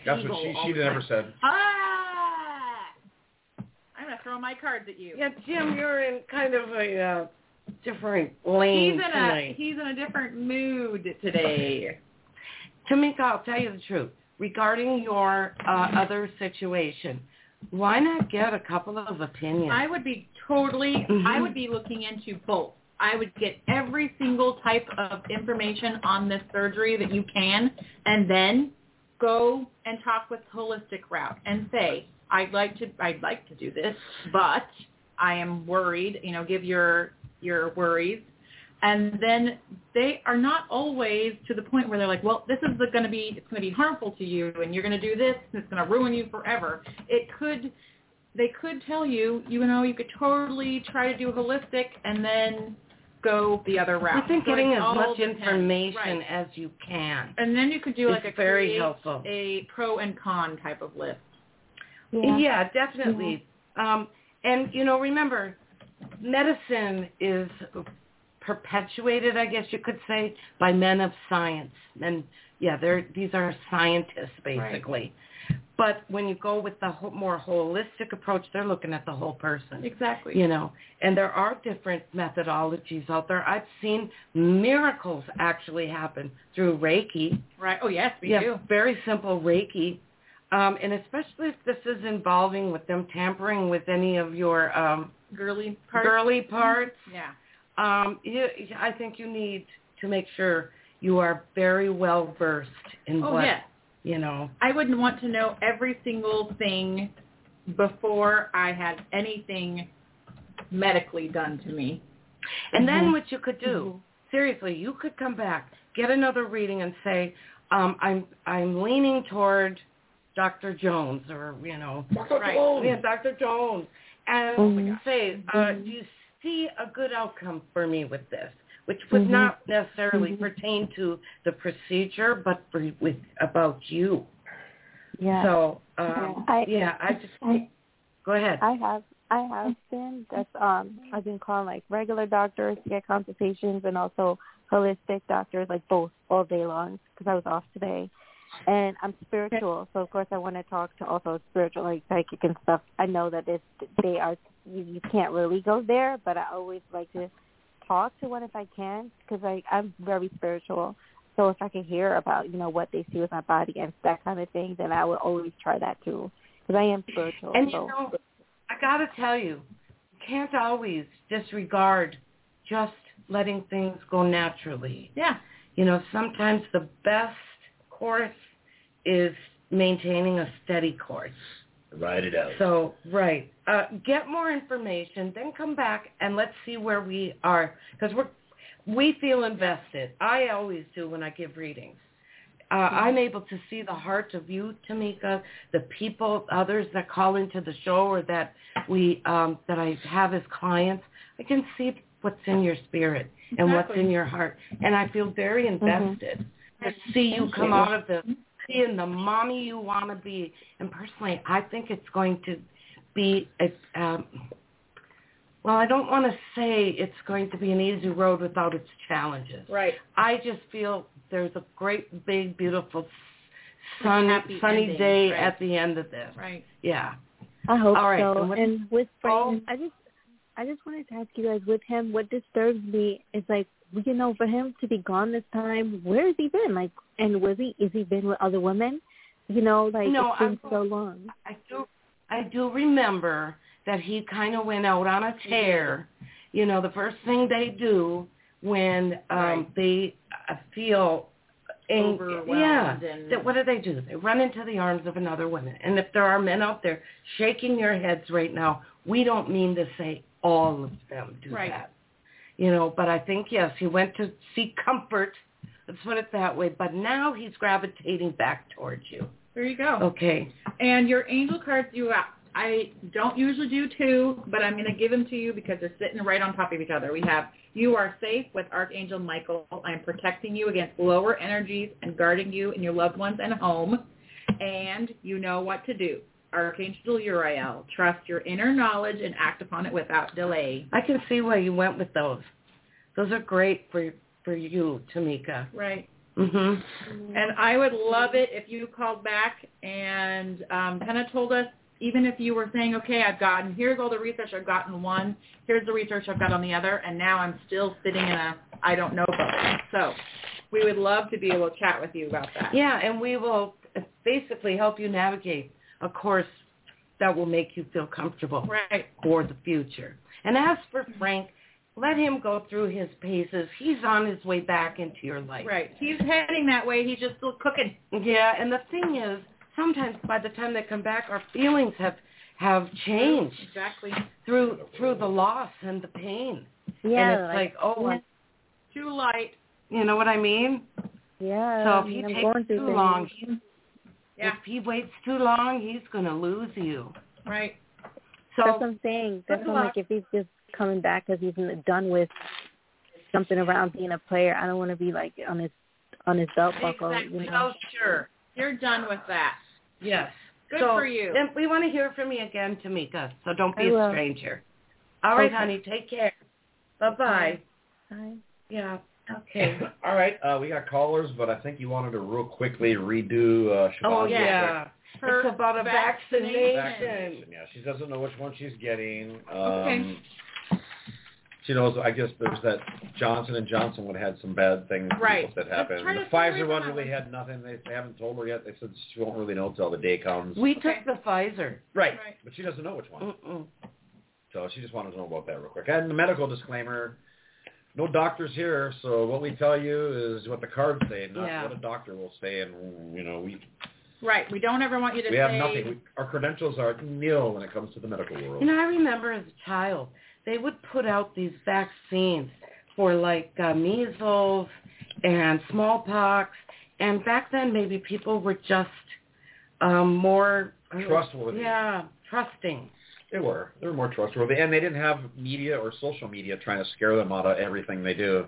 Speaker 7: and
Speaker 8: That's what
Speaker 7: feeble
Speaker 8: she
Speaker 7: all
Speaker 8: she
Speaker 7: the
Speaker 8: never
Speaker 7: time.
Speaker 8: said.
Speaker 7: Ah! I'm gonna throw my cards at you.
Speaker 6: Yeah, Jim, you're in kind of a uh, different lane
Speaker 7: He's in a
Speaker 6: tonight.
Speaker 7: he's in a different mood today.
Speaker 6: Tamika, I'll tell you the truth. Regarding your uh, other situation, why not get a couple of opinions?
Speaker 7: I would be totally, I
Speaker 6: Mhm.
Speaker 7: would be looking into both. I would get every single type of information on this surgery that you can, and then go and talk with holistic route and say, I'd like to, I'd like to do this, but I am worried. You know, give your your worries, and then they are not always to the point where they're like, well, this is going to be, it's going to be harmful to you, and you're going to do this, and it's going to ruin you forever. It could they could tell you, you know, you could totally try to do holistic and then go the other route.
Speaker 6: I think
Speaker 7: So
Speaker 6: getting
Speaker 7: it
Speaker 6: as
Speaker 7: all
Speaker 6: much
Speaker 7: depends.
Speaker 6: information
Speaker 7: Right.
Speaker 6: as you can.
Speaker 7: And then you could do
Speaker 6: is
Speaker 7: like a
Speaker 6: very
Speaker 7: create
Speaker 6: helpful.
Speaker 7: a pro and con type of list.
Speaker 9: Yeah.
Speaker 6: definitely. Um, and you know, remember, medicine is perpetuated, I guess you could say, by men of science. And yeah, they're these are scientists basically. But when you go with the ho- more holistic approach, they're looking at the whole person.
Speaker 7: Exactly.
Speaker 6: You know, and there are different methodologies out there. I've seen miracles actually happen through Reiki
Speaker 7: Right. Oh yes, we
Speaker 6: yeah,
Speaker 7: do.
Speaker 6: very simple Reiki. Um, and especially if this is involving with them tampering with any of your um,
Speaker 7: Girly parts.
Speaker 6: girly parts,
Speaker 7: Yeah.
Speaker 6: um, you, I think you need to make sure you are very well versed in
Speaker 7: Oh
Speaker 6: what
Speaker 7: yeah.
Speaker 6: you know.
Speaker 7: I wouldn't want to know every single thing before I had anything medically done to me.
Speaker 6: And then what you could do, seriously, you could come back, get another reading, and say, um, "I'm I'm leaning toward Dr. Jones," or you know,
Speaker 8: Dr.
Speaker 7: Right.
Speaker 8: Jones.
Speaker 6: Yeah, Dr. Jones. And
Speaker 9: Oh
Speaker 6: say, uh,
Speaker 9: Mm-hmm.
Speaker 6: do you see a good outcome for me with this? Which would
Speaker 9: Mm-hmm.
Speaker 6: not necessarily pertain to the procedure, but for, with about you.
Speaker 9: Yeah.
Speaker 6: So, um,
Speaker 9: I-
Speaker 6: yeah, I just
Speaker 9: I-
Speaker 6: go ahead.
Speaker 9: I have I have been that's um I've been calling like regular doctors to get consultations and also holistic doctors like both all day long because I was off today. And I'm spiritual, so of course I want to talk to also spiritual, like psychic and stuff. I know that it's they are you, you can't really go there, but I always like to talk to one if I can because I I'm very spiritual. So if I can hear about you know what they see with my body and that kind of thing, then I would always try that too because I am spiritual.
Speaker 6: And you
Speaker 9: so.
Speaker 6: know, I gotta tell you, you can't always disregard just letting things go naturally.
Speaker 7: Yeah.
Speaker 6: You know, sometimes the best course is maintaining a steady course.
Speaker 8: Ride it out.
Speaker 6: So, right. Uh, get more information, then come back and let's see where we are because we're we feel invested. I always do when I give readings. Uh, I'm able to see the heart of you, Tamika, the people, others that call into the show or that we um, that I have as clients. I can see what's in your spirit and what's
Speaker 7: Exactly.
Speaker 6: in your heart, and I feel very invested. to see you come out of this being the mommy you want to be. And personally, I think it's going to be a. Um, well, I don't want to say it's going to be an easy road without its challenges.
Speaker 7: Mm-hmm. Right.
Speaker 6: I just feel there's a great, big, beautiful sun,
Speaker 7: Happy
Speaker 6: sunny
Speaker 7: ending,
Speaker 6: day
Speaker 7: right.
Speaker 6: at the end of this.
Speaker 7: Right.
Speaker 6: Yeah.
Speaker 9: I hope
Speaker 6: All right,
Speaker 9: so.
Speaker 6: and what-
Speaker 9: and with Brayden,
Speaker 6: Oh.
Speaker 9: I just I just wanted to ask you guys with him, what disturbs me is like you know, for him to be gone this time, where has he been? Like and was he is he been with other women? You know, like
Speaker 6: No,
Speaker 9: it's been
Speaker 6: I'm-
Speaker 9: so long.
Speaker 6: I do I do remember that he kind of went out on a tear. You know, the first thing they do when um
Speaker 7: Right.
Speaker 6: they uh, feel ang- yeah,
Speaker 7: Overwhelmed and-
Speaker 6: that what do they do? They run into the arms of another woman. And if there are men out there shaking their heads right now, we don't mean to say all of them do
Speaker 7: Right.
Speaker 6: that. You know, but I think yes, he went to seek comfort. Let's put it that way. But now he's gravitating back towards you.
Speaker 7: There you go.
Speaker 6: Okay.
Speaker 7: And your angel cards you out. I don't usually do two, but I'm going to give them to you because they're sitting right on top of each other. We have you are safe with Archangel Michael. I am protecting you against lower energies and guarding you and your loved ones and home. And you know what to do. Archangel Uriel, trust your inner knowledge and act upon it without delay.
Speaker 6: I can see why you went with those. Those are great for for you, Tamika.
Speaker 7: Right.
Speaker 6: Mhm.
Speaker 7: And I would love it if you called back and um, kind of told us, even if you were saying, okay, I've gotten, here's all the research I've gotten one, here's the research I've got on the other, and now I'm still sitting in a I don't know boat. So we would love to be able to chat with you about that.
Speaker 6: Yeah, and we will basically help you navigate a course that will make you feel comfortable
Speaker 7: Right.
Speaker 6: for the future. And as for Frank, let him go through his paces. He's on his way back into your life.
Speaker 7: Right. He's heading that way. He's just still cooking.
Speaker 6: Yeah, and the thing is, sometimes by the time they come back, our feelings have have changed
Speaker 7: Exactly.
Speaker 6: through through the loss and the pain.
Speaker 9: Yeah.
Speaker 6: and it's like, oh, I
Speaker 7: Too light.
Speaker 6: You know what I mean?
Speaker 9: yeah.
Speaker 6: So
Speaker 9: I
Speaker 6: if he
Speaker 9: mean, I'm going
Speaker 6: takes
Speaker 9: through
Speaker 6: too
Speaker 9: things.
Speaker 6: long, he,
Speaker 7: Yeah.
Speaker 6: if he waits too long, he's going to lose you.
Speaker 7: Right.
Speaker 9: That's what
Speaker 6: So
Speaker 9: I'm saying. That's
Speaker 6: good
Speaker 9: what I'm
Speaker 6: luck.
Speaker 9: like if he's just coming back because he's n- done with something around being a player, I don't want to be like on his on his belt buckle.
Speaker 6: exactly.
Speaker 9: You know?
Speaker 6: Oh, sure.
Speaker 7: You're done with that.
Speaker 6: Yes.
Speaker 7: Good
Speaker 6: So,
Speaker 7: for you.
Speaker 6: And we want to hear from you again, Tamika. So don't
Speaker 9: I
Speaker 6: be a
Speaker 9: will.
Speaker 6: stranger. All right,
Speaker 9: Okay.
Speaker 6: honey. Take care. Bye bye.
Speaker 9: Hi.
Speaker 6: Yeah. Okay.
Speaker 8: All right, uh, we got callers, but I think you wanted to real quickly redo uh, Siobhan
Speaker 6: Oh
Speaker 8: real quick.
Speaker 6: yeah.
Speaker 7: Her
Speaker 6: it's about a
Speaker 7: vaccination.
Speaker 6: vaccination.
Speaker 8: Yeah, she doesn't know which one she's getting. Um,
Speaker 7: Okay.
Speaker 8: She knows. I guess there's that Johnson and Johnson one had some bad things
Speaker 7: Right.
Speaker 8: that
Speaker 7: Let's
Speaker 8: happened.
Speaker 7: try
Speaker 8: The
Speaker 7: to stay away
Speaker 8: Pfizer
Speaker 7: from
Speaker 8: one
Speaker 7: that
Speaker 8: really
Speaker 7: one.
Speaker 8: had nothing. They, they haven't told her yet. They said she won't really know till the day comes.
Speaker 6: We
Speaker 7: Okay.
Speaker 6: took the Pfizer.
Speaker 8: right.
Speaker 7: Right.
Speaker 8: But she doesn't know which one.
Speaker 6: Mm-mm.
Speaker 8: So she just wanted to know about that real quick. And the medical disclaimer. No doctors here, so what we tell you is what the cards say, not
Speaker 6: Yeah.
Speaker 8: what a doctor will say. And you know, we
Speaker 7: Right. We don't ever want you to
Speaker 8: we
Speaker 7: say
Speaker 8: have nothing. We, our credentials are nil when it comes to the medical world.
Speaker 6: You know, I remember as a child, they would put out these vaccines for like uh, measles and smallpox, and back then maybe people were just um, more I don't know,
Speaker 8: Trustworthy.
Speaker 6: Yeah, trusting.
Speaker 8: They were. They were more trustworthy, and they didn't have media or social media trying to scare them out of everything they do.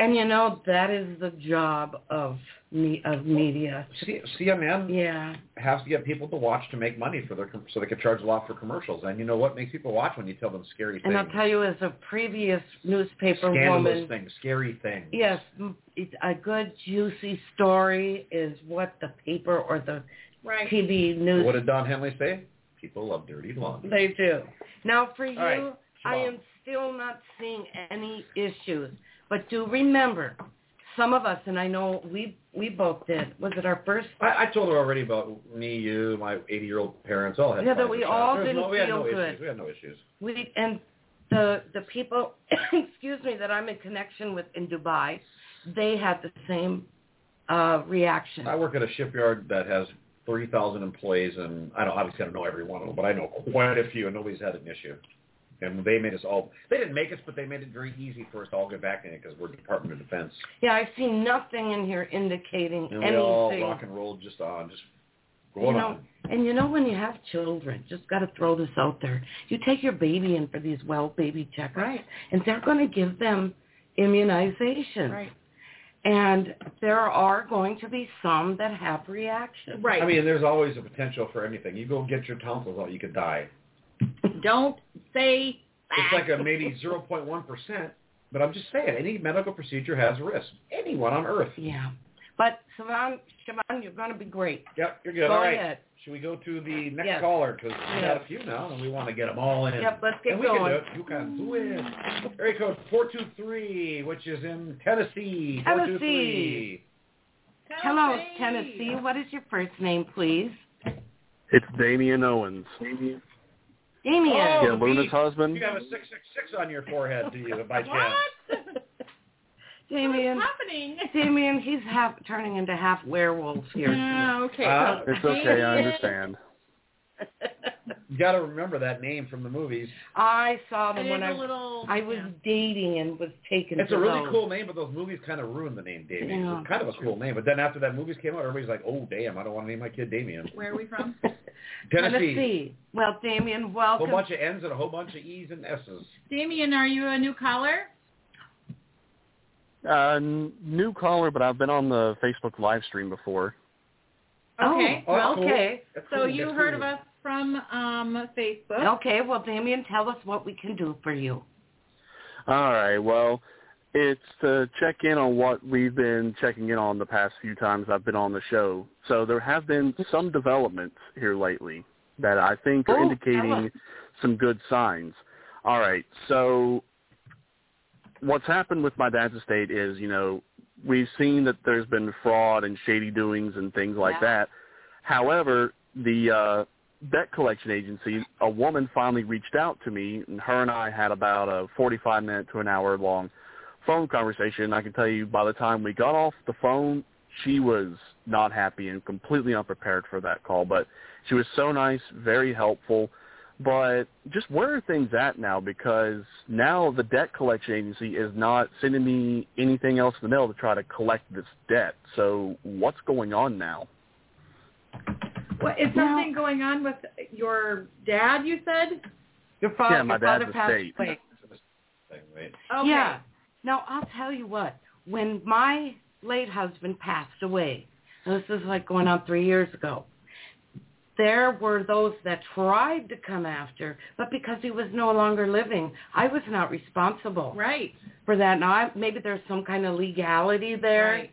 Speaker 6: And you know that is the job of me of media.
Speaker 8: C- CNN
Speaker 6: Yeah,
Speaker 8: has to get people to watch to make money for their com- so they can charge a lot for commercials. And you know what makes people watch when you tell them scary
Speaker 6: and
Speaker 8: things,
Speaker 6: I'll tell you, as a previous newspaper
Speaker 8: scandalous
Speaker 6: woman,
Speaker 8: things, scary things.
Speaker 6: Yes, m- it, a good juicy story is what the paper or the
Speaker 7: Right.
Speaker 6: TV news
Speaker 8: What did Don Henley say? People love dirty blonde.
Speaker 6: They do. Now, for you,
Speaker 8: All right,
Speaker 6: I
Speaker 8: Siobhan.
Speaker 6: am still not seeing any issues. But do remember, some of us, and I know we we both did. Was it our first?
Speaker 8: I, I told her already about me, you, my 80-year-old parents, all had
Speaker 6: Yeah, that
Speaker 8: Pfizer
Speaker 6: we
Speaker 8: shots.
Speaker 6: all
Speaker 8: There was no-
Speaker 6: didn't
Speaker 8: we had
Speaker 6: feel
Speaker 8: no
Speaker 6: good.
Speaker 8: Issues. We had no issues.
Speaker 6: We and the the people, excuse me, that I'm in connection with in Dubai, they had the same uh, reaction.
Speaker 8: I work at a shipyard that has 30,000 employees, and I don't obviously I don't know every one of them, but I know quite a few, and nobody's had an issue. And they made us all. They didn't make us, but they made it very easy for us to all get back in it because we're Department of Defense,
Speaker 6: Yeah, I see nothing in here indicating
Speaker 8: and we
Speaker 6: anything.
Speaker 8: all rock and roll just on, just
Speaker 6: you
Speaker 8: going
Speaker 6: know,
Speaker 8: on.
Speaker 6: and you know when you have children, just got to throw this out there. You take your baby in for these well baby checkups,
Speaker 7: Right.
Speaker 6: and they're going to give them immunization.
Speaker 7: Right.
Speaker 6: And there are going to be some that have reactions.
Speaker 7: Right.
Speaker 8: I mean, there's always a potential for anything. You go get your tonsils out, you could die.
Speaker 7: Don't say
Speaker 8: It's like
Speaker 7: that.
Speaker 8: a maybe 0.1 percent, but I'm just saying, any medical procedure has risk. Anyone on Earth.
Speaker 6: Yeah. But Siobhan, Siobhan, you're going to be great.
Speaker 8: Yep, you're good.
Speaker 6: Go
Speaker 8: all right.
Speaker 6: ahead.
Speaker 8: Should we go to the next
Speaker 6: Yes.
Speaker 8: caller? Because we
Speaker 6: Yes.
Speaker 8: got a few now, and we want to get them all in.
Speaker 6: Yep, let's get
Speaker 8: and we Can
Speaker 6: going.
Speaker 8: do it. You can do it. Area code 423, which is in Tennessee.
Speaker 6: Tennessee.
Speaker 8: 423.
Speaker 6: Hello, Tennessee. What is your first name, please?
Speaker 10: It's Damian Owens.
Speaker 6: Damien.
Speaker 8: Oh,
Speaker 10: Yeah,
Speaker 8: the
Speaker 10: Luna's
Speaker 8: beef.
Speaker 10: husband.
Speaker 8: You have a 666 on your forehead, do you, by chance?
Speaker 7: What?
Speaker 6: Damien.
Speaker 7: What's happening?
Speaker 6: Damien, he's half turning into half werewolf here.
Speaker 7: Oh, okay.
Speaker 8: Uh,
Speaker 10: Ah, It's okay, I understand.
Speaker 8: You got to remember that name from the movies.
Speaker 6: I saw
Speaker 7: It
Speaker 6: them
Speaker 7: is
Speaker 6: when I
Speaker 7: a little.
Speaker 6: I was
Speaker 7: yeah.
Speaker 6: dating and was taken.
Speaker 8: It's
Speaker 6: to
Speaker 8: a really
Speaker 6: those.
Speaker 8: cool name, but those movies kind of ruined the name Damien.
Speaker 6: Yeah.
Speaker 8: It's kind of a cool name, but then after that movies came out, everybody's like, "Oh, damn, I don't want to name my kid Damien."
Speaker 7: Where are we from?
Speaker 8: Tennessee,
Speaker 6: Well, Damien,
Speaker 8: a whole
Speaker 6: welcome.
Speaker 8: bunch of N's and a whole bunch of E's and S's.
Speaker 7: Damien, are you a new caller?
Speaker 10: Uh, n- new caller, but I've been on the Facebook live stream before.
Speaker 7: Okay.
Speaker 8: Oh,
Speaker 6: well,
Speaker 8: cool.
Speaker 6: okay.
Speaker 8: That's
Speaker 7: So
Speaker 8: cool,
Speaker 7: you
Speaker 8: that's
Speaker 7: heard
Speaker 8: cool.
Speaker 7: of us from um, Facebook.
Speaker 6: Okay. Well, Damien, tell us what we can do for you.
Speaker 10: All right, well, it's to check in on what we've been checking in on the past few times I've been on the show. So there have been some developments here lately that I think are
Speaker 6: Oh, tell
Speaker 10: indicating
Speaker 6: us.
Speaker 10: some good signs. All right, so what's happened with my dad's estate is, you know, we've seen that there's been fraud and shady doings and things like
Speaker 6: Yeah.
Speaker 10: that. However, the uh debt collection agency, a woman finally reached out to me, and her and I had about a 45 minute to an hour long phone conversation. I can tell you, by the time we got off the phone, she was not happy and completely unprepared for that call. But she was so nice, very helpful. But just where are things at now? Because now the debt collection agency is not sending me anything else in the mail to try to collect this debt. So what's going on now?
Speaker 7: Well, is something going on with your dad? You said.
Speaker 6: Your father,
Speaker 10: Yeah, my
Speaker 6: your father
Speaker 10: dad's
Speaker 6: passed
Speaker 10: estate.
Speaker 6: away.
Speaker 8: Thing, right?
Speaker 7: Okay.
Speaker 6: Yeah. Now I'll tell you what. When my late husband passed away, and this is like going on three years ago, there were those that tried to come after, but because he was no longer living, I was not responsible
Speaker 7: Right.
Speaker 6: for that. Now I, maybe there's some kind of legality there,
Speaker 7: Right.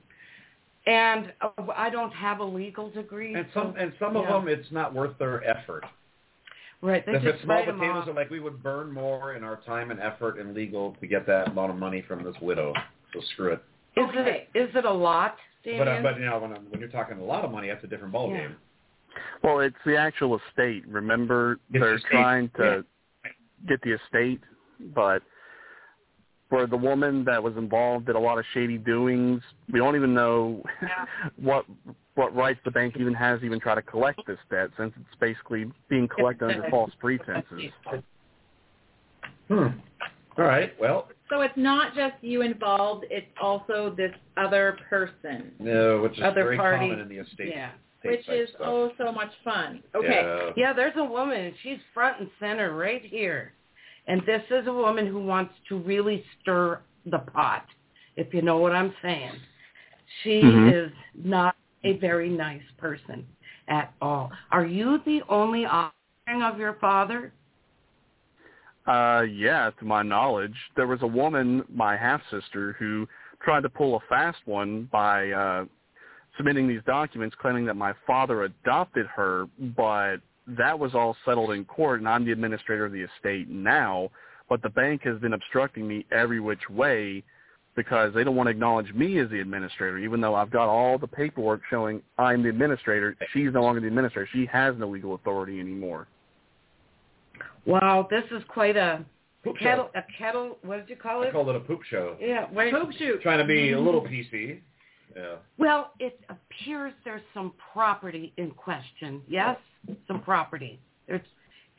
Speaker 6: and uh, I don't have a legal degree.
Speaker 8: And
Speaker 6: so-
Speaker 8: some and some of
Speaker 6: Yeah.
Speaker 8: them, it's not worth their effort.
Speaker 6: right? They
Speaker 8: If
Speaker 6: just
Speaker 8: it's small
Speaker 6: write 'em
Speaker 8: potatoes,
Speaker 6: off.
Speaker 8: are like we would burn more in our time and effort and legal to get that amount of money from this widow. So screw it.
Speaker 6: Is it is it a lot,
Speaker 8: But uh,
Speaker 6: Damien?
Speaker 8: but you know when I'm, when you're talking a lot of money, that's a different ballgame.
Speaker 6: Yeah.
Speaker 10: Well, it's the actual estate. Remember,
Speaker 8: It's
Speaker 10: they're
Speaker 8: the estate.
Speaker 10: trying to get the estate, but for the woman that was involved did a lot of shady doings. We don't even know what what rights the bank even has to even try to collect this debt, since it's basically being collected under false pretenses.
Speaker 8: Hmm. All right. Well,
Speaker 7: So it's not just you involved. It's also this other person,
Speaker 8: no, which is
Speaker 6: Other
Speaker 8: very
Speaker 6: party.
Speaker 8: common in the estate.
Speaker 6: yeah.
Speaker 8: estate
Speaker 7: which
Speaker 8: type
Speaker 7: is
Speaker 8: stuff.
Speaker 7: oh so much fun. Okay.
Speaker 8: Yeah.
Speaker 6: Yeah, there's a woman, and she's front and center right here. And this is a woman who wants to really stir the pot, if you know what I'm saying. She
Speaker 8: Mm-hmm.
Speaker 10: Mhm.
Speaker 6: is not a very nice person at all. Are you the only offspring of your father?
Speaker 10: Uh, yeah, to my knowledge, there was a woman, my half sister, who tried to pull a fast one by uh, submitting these documents, claiming that my father adopted her, but that was all settled in court, and I'm the administrator of the estate now. But the bank has been obstructing me every which way because they don't want to acknowledge me as the administrator, even though I've got all the paperwork showing I'm the administrator. She's no longer the administrator. She has no legal authority anymore.
Speaker 6: Wow, this is quite a
Speaker 8: Poop
Speaker 6: kettle.
Speaker 8: show.
Speaker 6: A kettle. What did you call
Speaker 8: I
Speaker 6: it?
Speaker 8: called it a poop show.
Speaker 6: yeah. Wait.
Speaker 7: Poop shoot.
Speaker 8: Trying to be a little PC. Yeah.
Speaker 6: Well, it appears there's some property in question. Yes, some property. There's,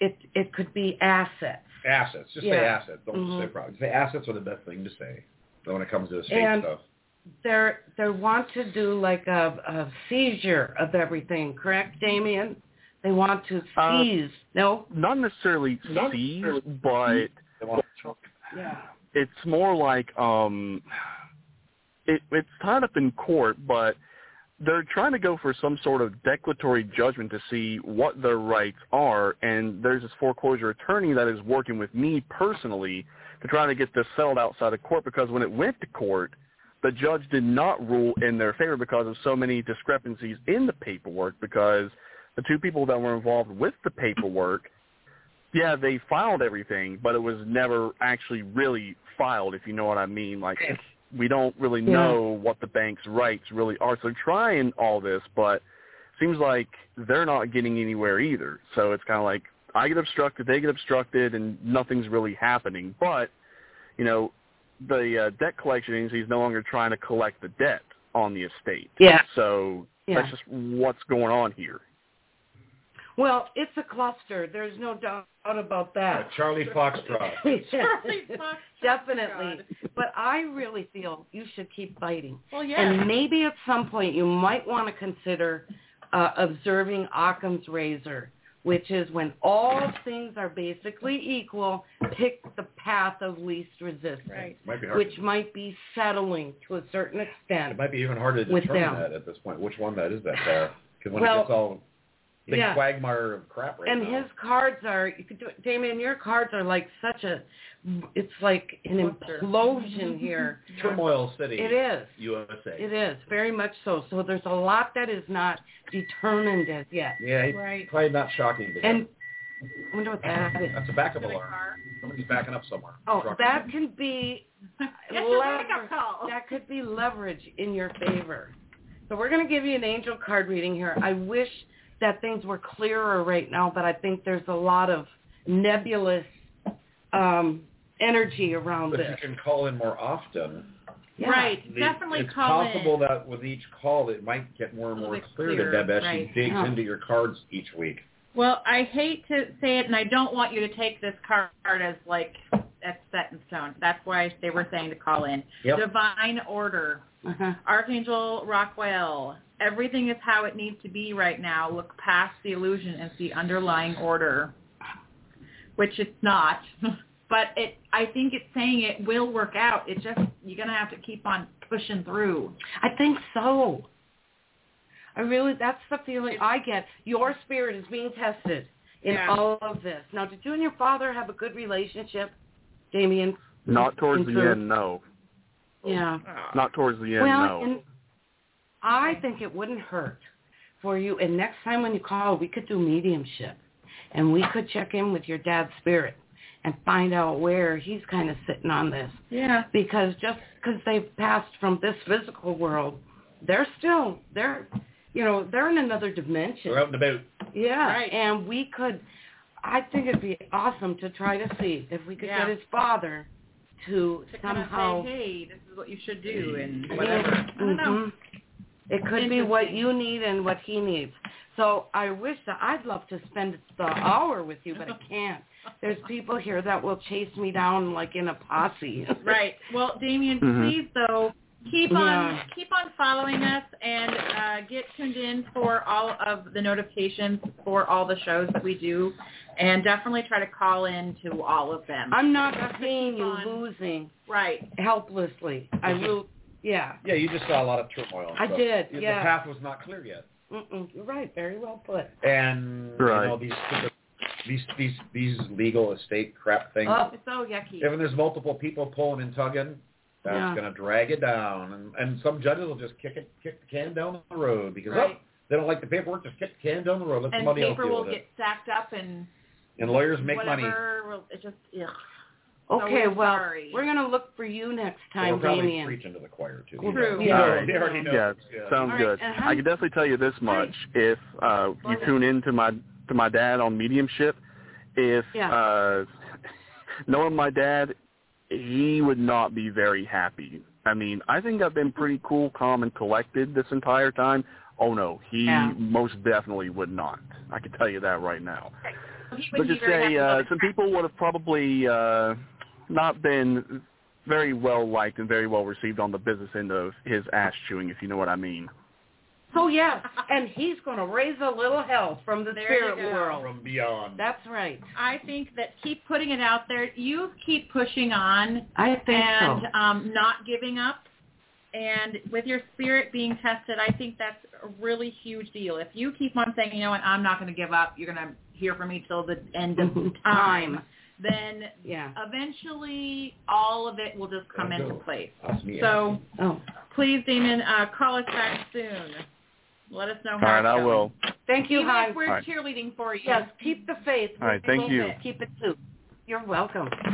Speaker 6: it it could be assets.
Speaker 8: Assets. Just say
Speaker 6: Yeah.
Speaker 8: assets. Don't just say
Speaker 6: Mhm.
Speaker 8: problems. Say assets are the best thing to say when it comes to estate
Speaker 6: And-
Speaker 8: stuff.
Speaker 6: They're they want to do like a, a seizure of everything. Correct, Damien? They want to
Speaker 10: Uh,
Speaker 6: seize. no.
Speaker 10: Not necessarily
Speaker 8: Not
Speaker 10: seize,
Speaker 8: necessarily-
Speaker 10: but
Speaker 8: They want to-
Speaker 6: Yeah.
Speaker 10: it's more like um it, it's tied up in court, but they're trying to go for some sort of declaratory judgment to see what their rights are. And there's this foreclosure attorney that is working with me personally to try to get this settled outside of court because when it went to court, the judge did not rule in their favor because of so many discrepancies in the paperwork because the two people that were involved with the paperwork, yeah, they filed everything, but it was never actually really filed, if you know what I mean. Like, it's, we don't really
Speaker 1: Yeah.
Speaker 10: know what the bank's rights really are. So they're trying all this, but seems like they're not getting anywhere either. So it's kind of like I get obstructed, they get obstructed, and nothing's really happening. But you know, the uh, debt collection agency is no longer trying to collect the debt on the estate.
Speaker 1: Yeah.
Speaker 10: So that's just what's going on here.
Speaker 6: Well, it's a cluster. There's no doubt about that.
Speaker 8: Charlie Foxtrot.
Speaker 7: Charlie Fox.
Speaker 6: Definitely. But I really feel you should keep fighting.
Speaker 7: Well, yeah.
Speaker 6: And maybe at some point you might want to consider uh, observing Occam's razor, which is when all things are basically equal, pick the path of least resistance,
Speaker 7: Right.
Speaker 8: Might be hard.
Speaker 6: which might be settling to a certain
Speaker 8: it
Speaker 6: extent.
Speaker 8: might be even harder to
Speaker 6: With
Speaker 8: determine
Speaker 6: them.
Speaker 8: that at this point. Which one that is that there? Because when
Speaker 6: Well,
Speaker 8: it gets all big
Speaker 6: yeah.
Speaker 8: quagmire of crap right
Speaker 6: and
Speaker 8: now.
Speaker 6: his cards are, you could do it, Damien, your cards are like such a, it's like an implosion here.
Speaker 8: turmoil city.
Speaker 6: It is.
Speaker 8: USA.
Speaker 6: It is very much so. So there's a lot that is not determined as yet.
Speaker 8: Yeah, it's
Speaker 7: Right.
Speaker 8: probably not shocking to
Speaker 6: And
Speaker 8: him.
Speaker 6: I wonder what that is.
Speaker 8: That's a backup
Speaker 7: Got a
Speaker 8: alarm.
Speaker 7: car.
Speaker 8: Somebody's backing up somewhere.
Speaker 6: Oh,
Speaker 8: Truck.
Speaker 6: that could be
Speaker 7: That's a wake-up
Speaker 6: lever-
Speaker 7: call.
Speaker 6: that could be leverage in your favor. So we're going to give you an angel card reading here. I wish that things were clearer right now, but I think there's a lot of nebulous um, energy around
Speaker 8: But if you
Speaker 6: this.
Speaker 8: can call in more often.
Speaker 6: Yeah.
Speaker 7: Right.
Speaker 8: the-
Speaker 7: Definitely
Speaker 8: it's
Speaker 7: call
Speaker 8: possible
Speaker 7: in.
Speaker 8: that with each call it might get more and
Speaker 7: A little
Speaker 8: more
Speaker 7: bit
Speaker 8: clear to
Speaker 7: clearer,
Speaker 8: Deb as
Speaker 7: right.
Speaker 8: she digs
Speaker 6: Yeah.
Speaker 8: into your cards each week.
Speaker 7: Well, I hate to say it, and I don't want you to take this card as like that's set in stone. That's why they were saying to call in.
Speaker 8: Yep.
Speaker 7: Divine order.
Speaker 6: Uh-huh.
Speaker 7: Archangel Rockwell, everything is how it needs to be right now. Look past the illusion and see underlying order, which it's not. but it, I think it's saying it will work out. It just you're gonna have to keep on pushing through.
Speaker 6: I think so. I really, that's the feeling I get. Your spirit is being tested in
Speaker 7: Yeah.
Speaker 6: all of this. Now, did you and your father have a good relationship, Damien?
Speaker 10: Not towards
Speaker 6: In
Speaker 10: the
Speaker 6: truth?
Speaker 10: end, no.
Speaker 6: Yeah.
Speaker 10: Not towards the end,
Speaker 6: well,
Speaker 10: no.
Speaker 6: and I think it wouldn't hurt for you. And next time when you call, we could do mediumship, and we could check in with your dad's spirit and find out where he's kind of sitting on this.
Speaker 7: Yeah.
Speaker 6: because just because they've passed from this physical world, they're still they're you know they're in another dimension.
Speaker 8: They're out and about.
Speaker 6: Yeah,
Speaker 7: Right.
Speaker 6: and we could. I think it'd be awesome to try to see if we could
Speaker 7: Yeah.
Speaker 6: get his father to,
Speaker 7: To kind
Speaker 6: somehow.
Speaker 7: of say, hey, this is what you should do, and
Speaker 6: Yeah.
Speaker 7: whatever. I don't know.
Speaker 6: Mhm. Mm-hmm. It could be what
Speaker 7: Interesting.
Speaker 6: you need and what he needs. So I wish that I'd love to spend the hour with you, but I can't. There's people here that will chase me down like in a posse.
Speaker 7: Right. Well, Damien,
Speaker 10: Mhm.
Speaker 7: please though keep on
Speaker 6: Yeah.
Speaker 7: keep on following us and uh, get tuned in for all of the notifications for all the shows that we do, and definitely try to call in to all of them.
Speaker 6: I'm not seeing you
Speaker 7: on.
Speaker 6: losing.
Speaker 7: right.
Speaker 6: helplessly. I will. Yeah.
Speaker 8: Yeah, you just saw a lot of turmoil. and
Speaker 6: I
Speaker 8: stuff.
Speaker 6: did,
Speaker 8: The
Speaker 6: yeah.
Speaker 8: path was not clear yet.
Speaker 6: Mm-mm, you're right. Very well put.
Speaker 8: And
Speaker 10: Right.
Speaker 8: you know these these these these legal estate crap things.
Speaker 6: Oh,
Speaker 7: It's so yucky.
Speaker 8: If there's multiple people pulling and tugging, that's
Speaker 6: Yeah.
Speaker 8: going to drag it down. And, and some judges will just kick it, kick the can down the road because
Speaker 7: Right.
Speaker 8: oh, they don't like the paperwork. Just kick the can down the road. Let
Speaker 7: And
Speaker 8: somebody else
Speaker 7: paper
Speaker 8: deal
Speaker 7: will
Speaker 8: with
Speaker 7: get stacked up and
Speaker 8: it. And lawyers make money.
Speaker 7: whatever. Will, it just ugh. So
Speaker 6: Okay.
Speaker 7: we're
Speaker 6: well,
Speaker 7: sorry.
Speaker 6: we're gonna look for you next
Speaker 8: They
Speaker 6: time,
Speaker 8: were probably
Speaker 6: Damien.
Speaker 8: preaching to the choir too.
Speaker 7: True.
Speaker 8: They
Speaker 6: Yeah.
Speaker 8: already- they already know.
Speaker 10: Yeah, sounds
Speaker 6: All right, uh-huh.
Speaker 10: good.
Speaker 6: and how-
Speaker 10: I can definitely tell you this much: if uh, you tune in to my to my dad on mediumship, if
Speaker 6: Yeah.
Speaker 10: uh, knowing my dad, he would not be very happy. I mean, I think I've been pretty cool, calm, and collected this entire time. Oh no, he
Speaker 6: Yeah.
Speaker 10: most definitely would not. I can tell you that right now.
Speaker 7: He would
Speaker 10: Let's
Speaker 7: be
Speaker 10: just
Speaker 7: very
Speaker 10: say
Speaker 7: happy about
Speaker 10: uh,
Speaker 7: the
Speaker 10: some
Speaker 7: crap.
Speaker 10: people would have probably uh, not been very well liked and very well received on the business end of his ass chewing, if you know what I mean.
Speaker 6: So Oh, yeah, and he's gonna raise a little hell from the
Speaker 7: There you
Speaker 6: spirit
Speaker 7: go.
Speaker 6: world.
Speaker 8: From beyond.
Speaker 6: That's right.
Speaker 7: I think that keep putting it out there. You keep pushing on
Speaker 6: I think
Speaker 7: and
Speaker 6: so.
Speaker 7: um, not giving up And with your spirit being tested, I think that's a really huge deal. If you keep on saying, you know what, I'm not going to give up, you're going to hear from me till the end of time, then
Speaker 6: Mm-hmm. Yeah.
Speaker 7: eventually all of it will just come
Speaker 8: I
Speaker 7: into
Speaker 8: know.
Speaker 7: place.
Speaker 8: That's me.
Speaker 7: So
Speaker 6: Oh,
Speaker 7: please, Damon, uh, call us back soon. Let us know
Speaker 10: All
Speaker 7: how
Speaker 10: right,
Speaker 7: it's
Speaker 10: I
Speaker 7: going.
Speaker 10: will.
Speaker 6: thank you,
Speaker 7: Even
Speaker 6: hon.
Speaker 7: if we're
Speaker 10: All right.
Speaker 7: cheerleading for you.
Speaker 6: Yes, keep the faith.
Speaker 10: All right,
Speaker 6: We'll
Speaker 10: thank
Speaker 6: keep
Speaker 10: you.
Speaker 6: it. Keep it too. You're welcome.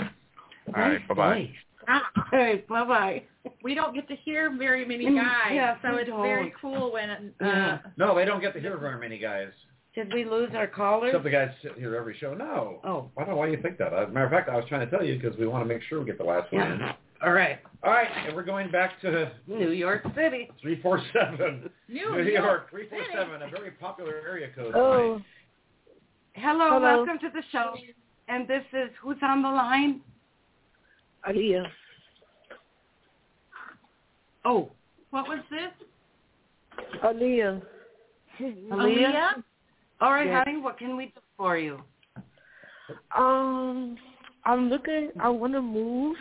Speaker 10: All right,
Speaker 6: Nice
Speaker 10: bye-bye.
Speaker 6: voice.
Speaker 7: Ah.
Speaker 6: All right, bye bye.
Speaker 7: we don't get to hear very many
Speaker 6: Mm,
Speaker 7: guys,
Speaker 6: yeah,
Speaker 7: so
Speaker 6: we
Speaker 7: it's
Speaker 6: don't.
Speaker 7: very cool when uh,
Speaker 6: Yeah.
Speaker 8: No, they don't get to hear very many guys.
Speaker 6: Did we lose our caller?
Speaker 8: Except the guys sit here every show. No.
Speaker 6: Oh,
Speaker 8: I don't know why you think that. As a matter of fact, I was trying to tell you because we want to make sure we get the last one in.
Speaker 6: yeah. All right.
Speaker 8: All right, and we're going back to
Speaker 6: New York City.
Speaker 8: 347.
Speaker 7: New
Speaker 8: New
Speaker 7: York.
Speaker 8: York, 347, a very popular area code.
Speaker 9: Oh,
Speaker 6: Hello,
Speaker 9: Hello.
Speaker 6: welcome to the show. And this is who's on the line?
Speaker 9: adios.
Speaker 6: Oh,
Speaker 7: What was this?
Speaker 9: Adios.
Speaker 6: Aaliyah. All right,
Speaker 9: Yes.
Speaker 6: honey, what can we do for you?
Speaker 9: Um, I'm looking. I want to move.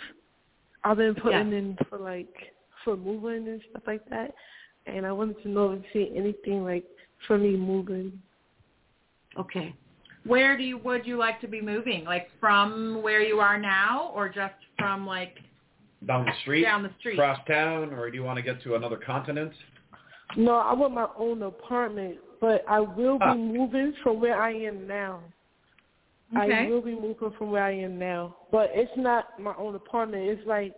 Speaker 9: I've been putting in for like for moving and stuff like that, and I wanted to know if you see anything like for me moving.
Speaker 6: Okay.
Speaker 7: Where do you would you like to be moving? Like from where you are now, or just from like
Speaker 8: Down the street?
Speaker 7: down the street?
Speaker 8: Across town? Or do you want to get to another continent?
Speaker 9: No, I want my own apartment, but I will be
Speaker 8: Ah.
Speaker 9: moving from where I am now. I
Speaker 7: Okay.
Speaker 9: will be moving from where I am now, but it's not my own apartment. It's like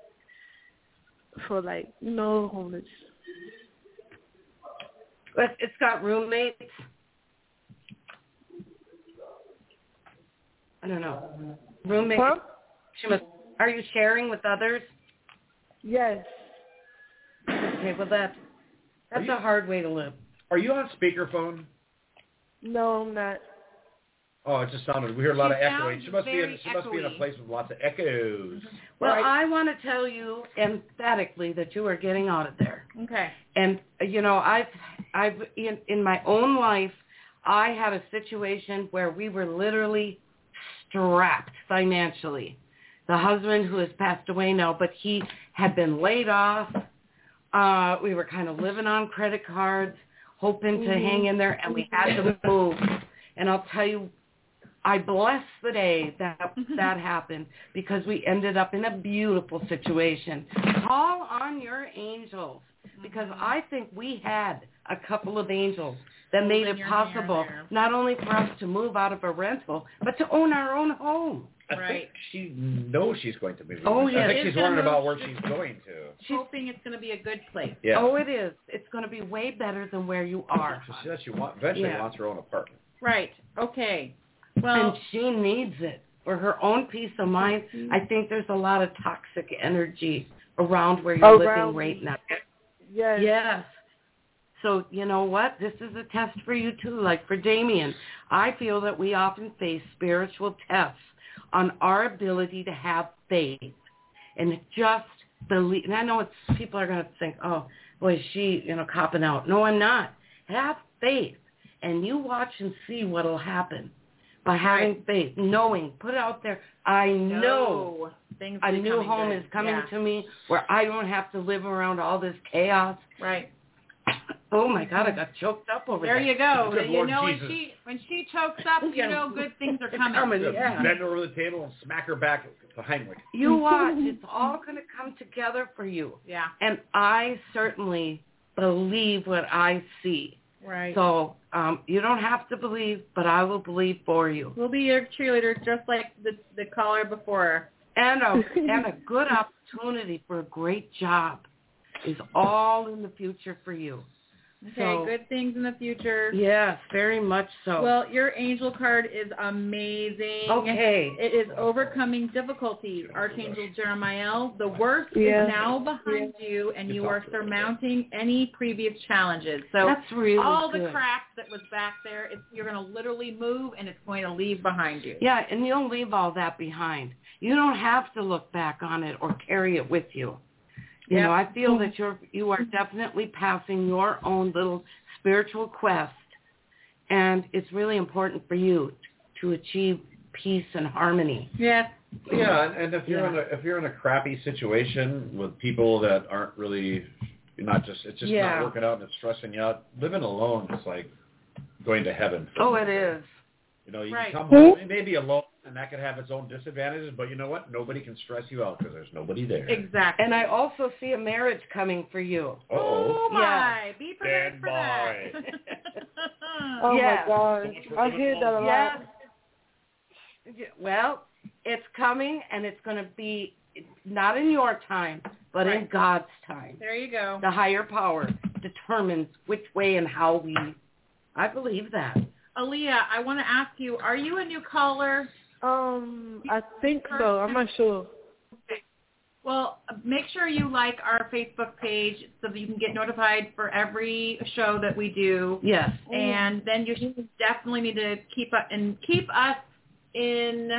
Speaker 9: for like you know homeless.
Speaker 6: It- It's got roommates. I don't know. Roommates.
Speaker 9: Huh?
Speaker 6: She must. Are you sharing with others?
Speaker 9: Yes.
Speaker 6: Okay, well that that's
Speaker 8: you-
Speaker 6: a hard way to live.
Speaker 8: Are you on speakerphone?
Speaker 9: No, I'm not.
Speaker 8: Oh, it just sounded. We hear a lot
Speaker 7: She
Speaker 8: of echoing.
Speaker 7: sounds
Speaker 8: She must be in.
Speaker 7: very
Speaker 8: She must be in a
Speaker 7: echoey.
Speaker 8: place with lots of echoes.
Speaker 6: Well,
Speaker 8: All right.
Speaker 6: I want to tell you emphatically that you are getting out of there.
Speaker 7: Okay.
Speaker 6: and you know i've i've in in my own life i had a situation where we were literally strapped financially the husband who has passed away now but he had been laid off uh we were kind of living on credit cards hoping to
Speaker 8: Mm-hmm.
Speaker 6: hang in there and we had to move and i'll tell you i bless the day that
Speaker 7: Mm-hmm.
Speaker 6: that happened because we ended up in a beautiful situation call on your angels because I think we had a couple of angels that made
Speaker 7: Holding
Speaker 6: it
Speaker 7: your hand
Speaker 6: possible
Speaker 7: there.
Speaker 6: not only for us to move out of a rental, but to own our own home.
Speaker 8: I think
Speaker 7: Right.
Speaker 8: she knows she's going to move.
Speaker 6: Oh, yeah.
Speaker 8: I think
Speaker 7: She's
Speaker 8: she's
Speaker 7: gonna
Speaker 8: learning
Speaker 7: move.
Speaker 8: about where she's going to.
Speaker 6: She's,
Speaker 7: Hoping it's going to be a good place.
Speaker 8: Yeah.
Speaker 6: Oh, it is. It's going to be way better than where you are.
Speaker 8: So she says she want, eventually
Speaker 6: Yeah.
Speaker 8: wants her own apartment.
Speaker 7: Right. Okay.
Speaker 6: And
Speaker 7: Well,
Speaker 6: she needs it for her own peace of mind. I
Speaker 7: Mm-hmm.
Speaker 6: think there's a lot of toxic energy around where you're
Speaker 9: Around
Speaker 6: living right now.
Speaker 9: Yes.
Speaker 6: Yes. So you know what? This is a test for you too, like for Damien. I feel that we often face spiritual tests on our ability to have faith and just believe. And I know it's people are going to think, oh, boy, is she, you know, copping out. No, I'm not. Have faith, and you watch and see what'll happen by having faith, knowing, put it out there. I know
Speaker 7: no. Things
Speaker 6: a
Speaker 7: are
Speaker 6: new
Speaker 7: becoming
Speaker 6: home
Speaker 7: good.
Speaker 6: is coming
Speaker 7: Yeah.
Speaker 6: to me where I don't have to live around all this chaos.
Speaker 7: Right.
Speaker 6: Oh my God, I got choked up over
Speaker 7: There
Speaker 6: that.
Speaker 7: you go.
Speaker 8: Good
Speaker 7: you
Speaker 8: Lord
Speaker 7: know
Speaker 8: Jesus.
Speaker 7: when she when she chokes up, you
Speaker 6: Yeah.
Speaker 7: know good things are
Speaker 6: It's
Speaker 7: coming.
Speaker 6: coming.
Speaker 8: Just
Speaker 6: Yeah.
Speaker 8: Bend over the table and smack her back to Heimlich.
Speaker 6: You watch. It's all going to come together for you.
Speaker 7: Yeah.
Speaker 6: And I certainly believe what I see.
Speaker 7: Right.
Speaker 6: So um, you don't have to believe, but I will believe for you.
Speaker 7: We'll be your cheerleader just like the the caller before.
Speaker 6: And a, and a good opportunity for a great job is all in the future for you.
Speaker 7: Okay,
Speaker 6: So-
Speaker 7: good things in the future.
Speaker 6: Yes, very much so.
Speaker 7: Well, your angel card is amazing.
Speaker 6: okay.
Speaker 7: It is overcoming difficulties. Archangel Jeremiah, the worst
Speaker 9: Yeah.
Speaker 7: is now behind you and you are surmounting any previous challenges. So
Speaker 6: That's really
Speaker 7: all the
Speaker 6: good.
Speaker 7: cracks that was back there, it's, you're going to literally move and it's going to leave behind you.
Speaker 6: Yeah, and you'll leave all that behind. You don't have to look back on it or carry it with you. You
Speaker 7: Yeah.
Speaker 6: know, I feel that you're you are definitely passing your own little spiritual quest, and it's really important for you to achieve peace and harmony.
Speaker 7: Yes.
Speaker 8: Yeah, and, and if you're
Speaker 6: Yeah.
Speaker 8: in a if you're in a crappy situation with people that aren't really You're not just it's just
Speaker 6: Yeah.
Speaker 8: not working out and it's stressing you out. Living alone is like going to heaven. for
Speaker 6: Oh,
Speaker 8: me.
Speaker 6: it is.
Speaker 8: You know, you
Speaker 7: Right.
Speaker 8: can come home, you may be alone, and that could have its own disadvantages. But you know what? Nobody can stress you out because there's nobody there.
Speaker 7: Exactly.
Speaker 6: And I also see a marriage coming for you.
Speaker 8: Oh,
Speaker 7: oh my!
Speaker 6: Yeah.
Speaker 7: Be prepared
Speaker 8: Dead
Speaker 7: for that.
Speaker 9: Oh
Speaker 6: Yes.
Speaker 9: my gosh, I hear that a lot.
Speaker 6: Yes. Y- Well, it's coming, and it's going to be not in your time, but in
Speaker 7: Right.
Speaker 6: God's time.
Speaker 7: there you go.
Speaker 6: The higher power determines which way and how we. I believe that.
Speaker 7: Aaliyah, I want to ask you: Are you a new caller?
Speaker 11: Um, I think so. I'm not sure.
Speaker 7: Well, make sure you like our Facebook page so that you can get notified for every show that we do.
Speaker 6: Yes.
Speaker 7: and then you should definitely need to keep up and keep us in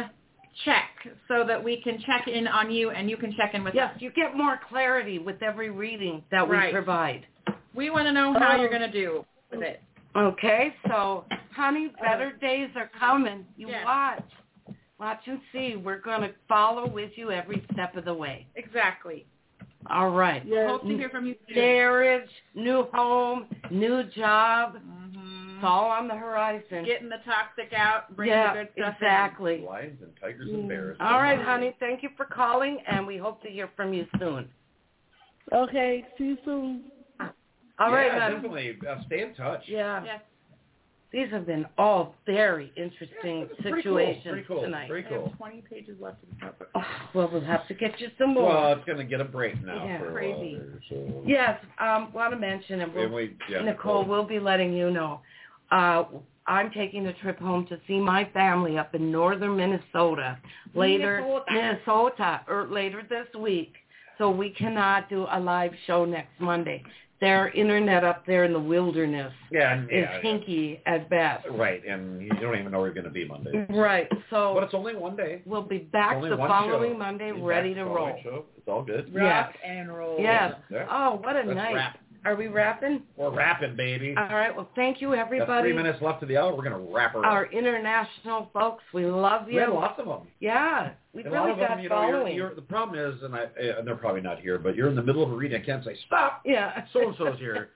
Speaker 7: check so that we can check in on you and you can check in with
Speaker 6: Yes,
Speaker 7: us.
Speaker 6: you get more clarity with every reading that we
Speaker 7: Right.
Speaker 6: provide.
Speaker 7: We want to know how you're going to do with it. Uh,
Speaker 6: Okay, so honey, better days are coming. You
Speaker 7: Yes.
Speaker 6: watch. Watch and see. We're going to follow with you every step of the way.
Speaker 7: Exactly.
Speaker 6: All right.
Speaker 7: Hope to hear from you soon.
Speaker 6: Marriage, new home, new job.
Speaker 7: Mhm.
Speaker 6: It's all on the horizon.
Speaker 7: Getting the toxic out, bringing
Speaker 6: yeah,
Speaker 7: the good stuff
Speaker 6: exactly. Mm.
Speaker 8: Lions and tigers and bears.
Speaker 6: All right, honey. Thank you for calling, and we hope to hear from you soon.
Speaker 11: Okay, see you soon.
Speaker 6: All right,
Speaker 8: yeah,
Speaker 6: honey.
Speaker 8: definitely. Uh, stay in touch.
Speaker 6: Yeah.
Speaker 7: Yes.
Speaker 6: These have been all very interesting
Speaker 8: It's pretty cool,
Speaker 6: situations
Speaker 8: Pretty cool.
Speaker 6: tonight.
Speaker 8: Pretty
Speaker 7: in. I
Speaker 8: cool.
Speaker 7: have 20 pages left in the cover.
Speaker 6: Oh, well, we'll have to get you some more.
Speaker 8: Well, it's gonna get a break now
Speaker 6: Yeah,
Speaker 8: for a
Speaker 6: crazy.
Speaker 8: while. So.
Speaker 6: yes, um, want to mention, and we'll
Speaker 8: And we, yeah,
Speaker 6: Nicole, we'll be letting you know. Uh, I'm taking a trip home to see my family up in northern Minnesota later
Speaker 7: Minnesota.
Speaker 6: Minnesota, or later this week. So we cannot do a live show next Monday. Their internet up there in the wilderness
Speaker 8: Yeah, and-
Speaker 6: is
Speaker 8: yeah, yeah.
Speaker 6: hinky at best.
Speaker 8: Right, and you don't even know where you're gonna be Monday.
Speaker 6: Right.
Speaker 8: But
Speaker 6: So
Speaker 8: it's only one day.
Speaker 6: we'll be back
Speaker 8: Only
Speaker 6: the
Speaker 8: one
Speaker 6: following
Speaker 8: show.
Speaker 6: Monday,
Speaker 8: Be back
Speaker 6: ready
Speaker 8: the
Speaker 6: to
Speaker 8: following
Speaker 6: roll.
Speaker 8: show. It's all good.
Speaker 6: Yes.
Speaker 7: Rock and roll.
Speaker 6: Yes.
Speaker 8: Yeah.
Speaker 6: Oh, what a
Speaker 8: Let's
Speaker 6: night.
Speaker 8: wrap.
Speaker 6: Are we wrapping?
Speaker 8: We're rapping, baby.
Speaker 6: All right. Well, thank you,
Speaker 8: Got
Speaker 6: Uh, everybody.
Speaker 8: three minutes left of the hour. We're gonna wrap her
Speaker 6: our
Speaker 8: up.
Speaker 6: international folks. We love
Speaker 8: We had
Speaker 6: you.
Speaker 8: lots of them.
Speaker 6: Yeah, we
Speaker 8: And a lot
Speaker 6: really
Speaker 8: of them,
Speaker 6: got
Speaker 8: you know, you're,
Speaker 6: following.
Speaker 8: you're, the problem is, and I, uh, and they're probably not here, but you're in the middle of a reading. I can't say stop.
Speaker 6: yeah.
Speaker 8: So and so's here,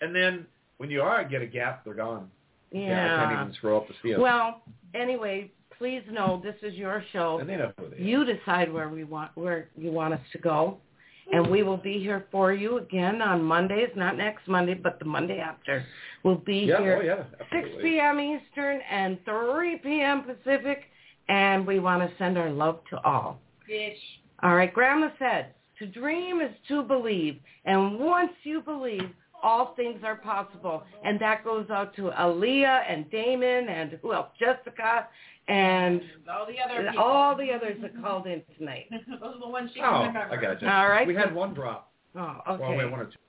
Speaker 8: and then when you are get a gap, they're gone. You know, I can't
Speaker 6: Yeah.
Speaker 8: even scroll up to see them.
Speaker 6: Well, anyway, please know this is your show.
Speaker 8: and they know who they are.
Speaker 6: You decide where we want where you want us to go, and we will be here for you again on Mondays. Not next Monday, but the Monday after. We'll be
Speaker 8: yeah,
Speaker 6: here
Speaker 8: oh yeah,
Speaker 6: 6
Speaker 8: absolutely.
Speaker 6: p.m. Eastern and 3 p.m. Pacific, and we want to send our love to all.
Speaker 7: Yes.
Speaker 6: All right, Grandma said, to dream is to believe, and once you believe, all things are possible. And that goes out to Aaliyah and Damon and who else? Jessica and
Speaker 7: All the other people.
Speaker 6: all the others that called in tonight.
Speaker 7: Those are the ones she
Speaker 8: Oh,
Speaker 7: can remember.
Speaker 8: I got you.
Speaker 6: All right.
Speaker 8: We had one drop.
Speaker 6: Oh,
Speaker 8: Well, we
Speaker 6: okay.
Speaker 8: had one or two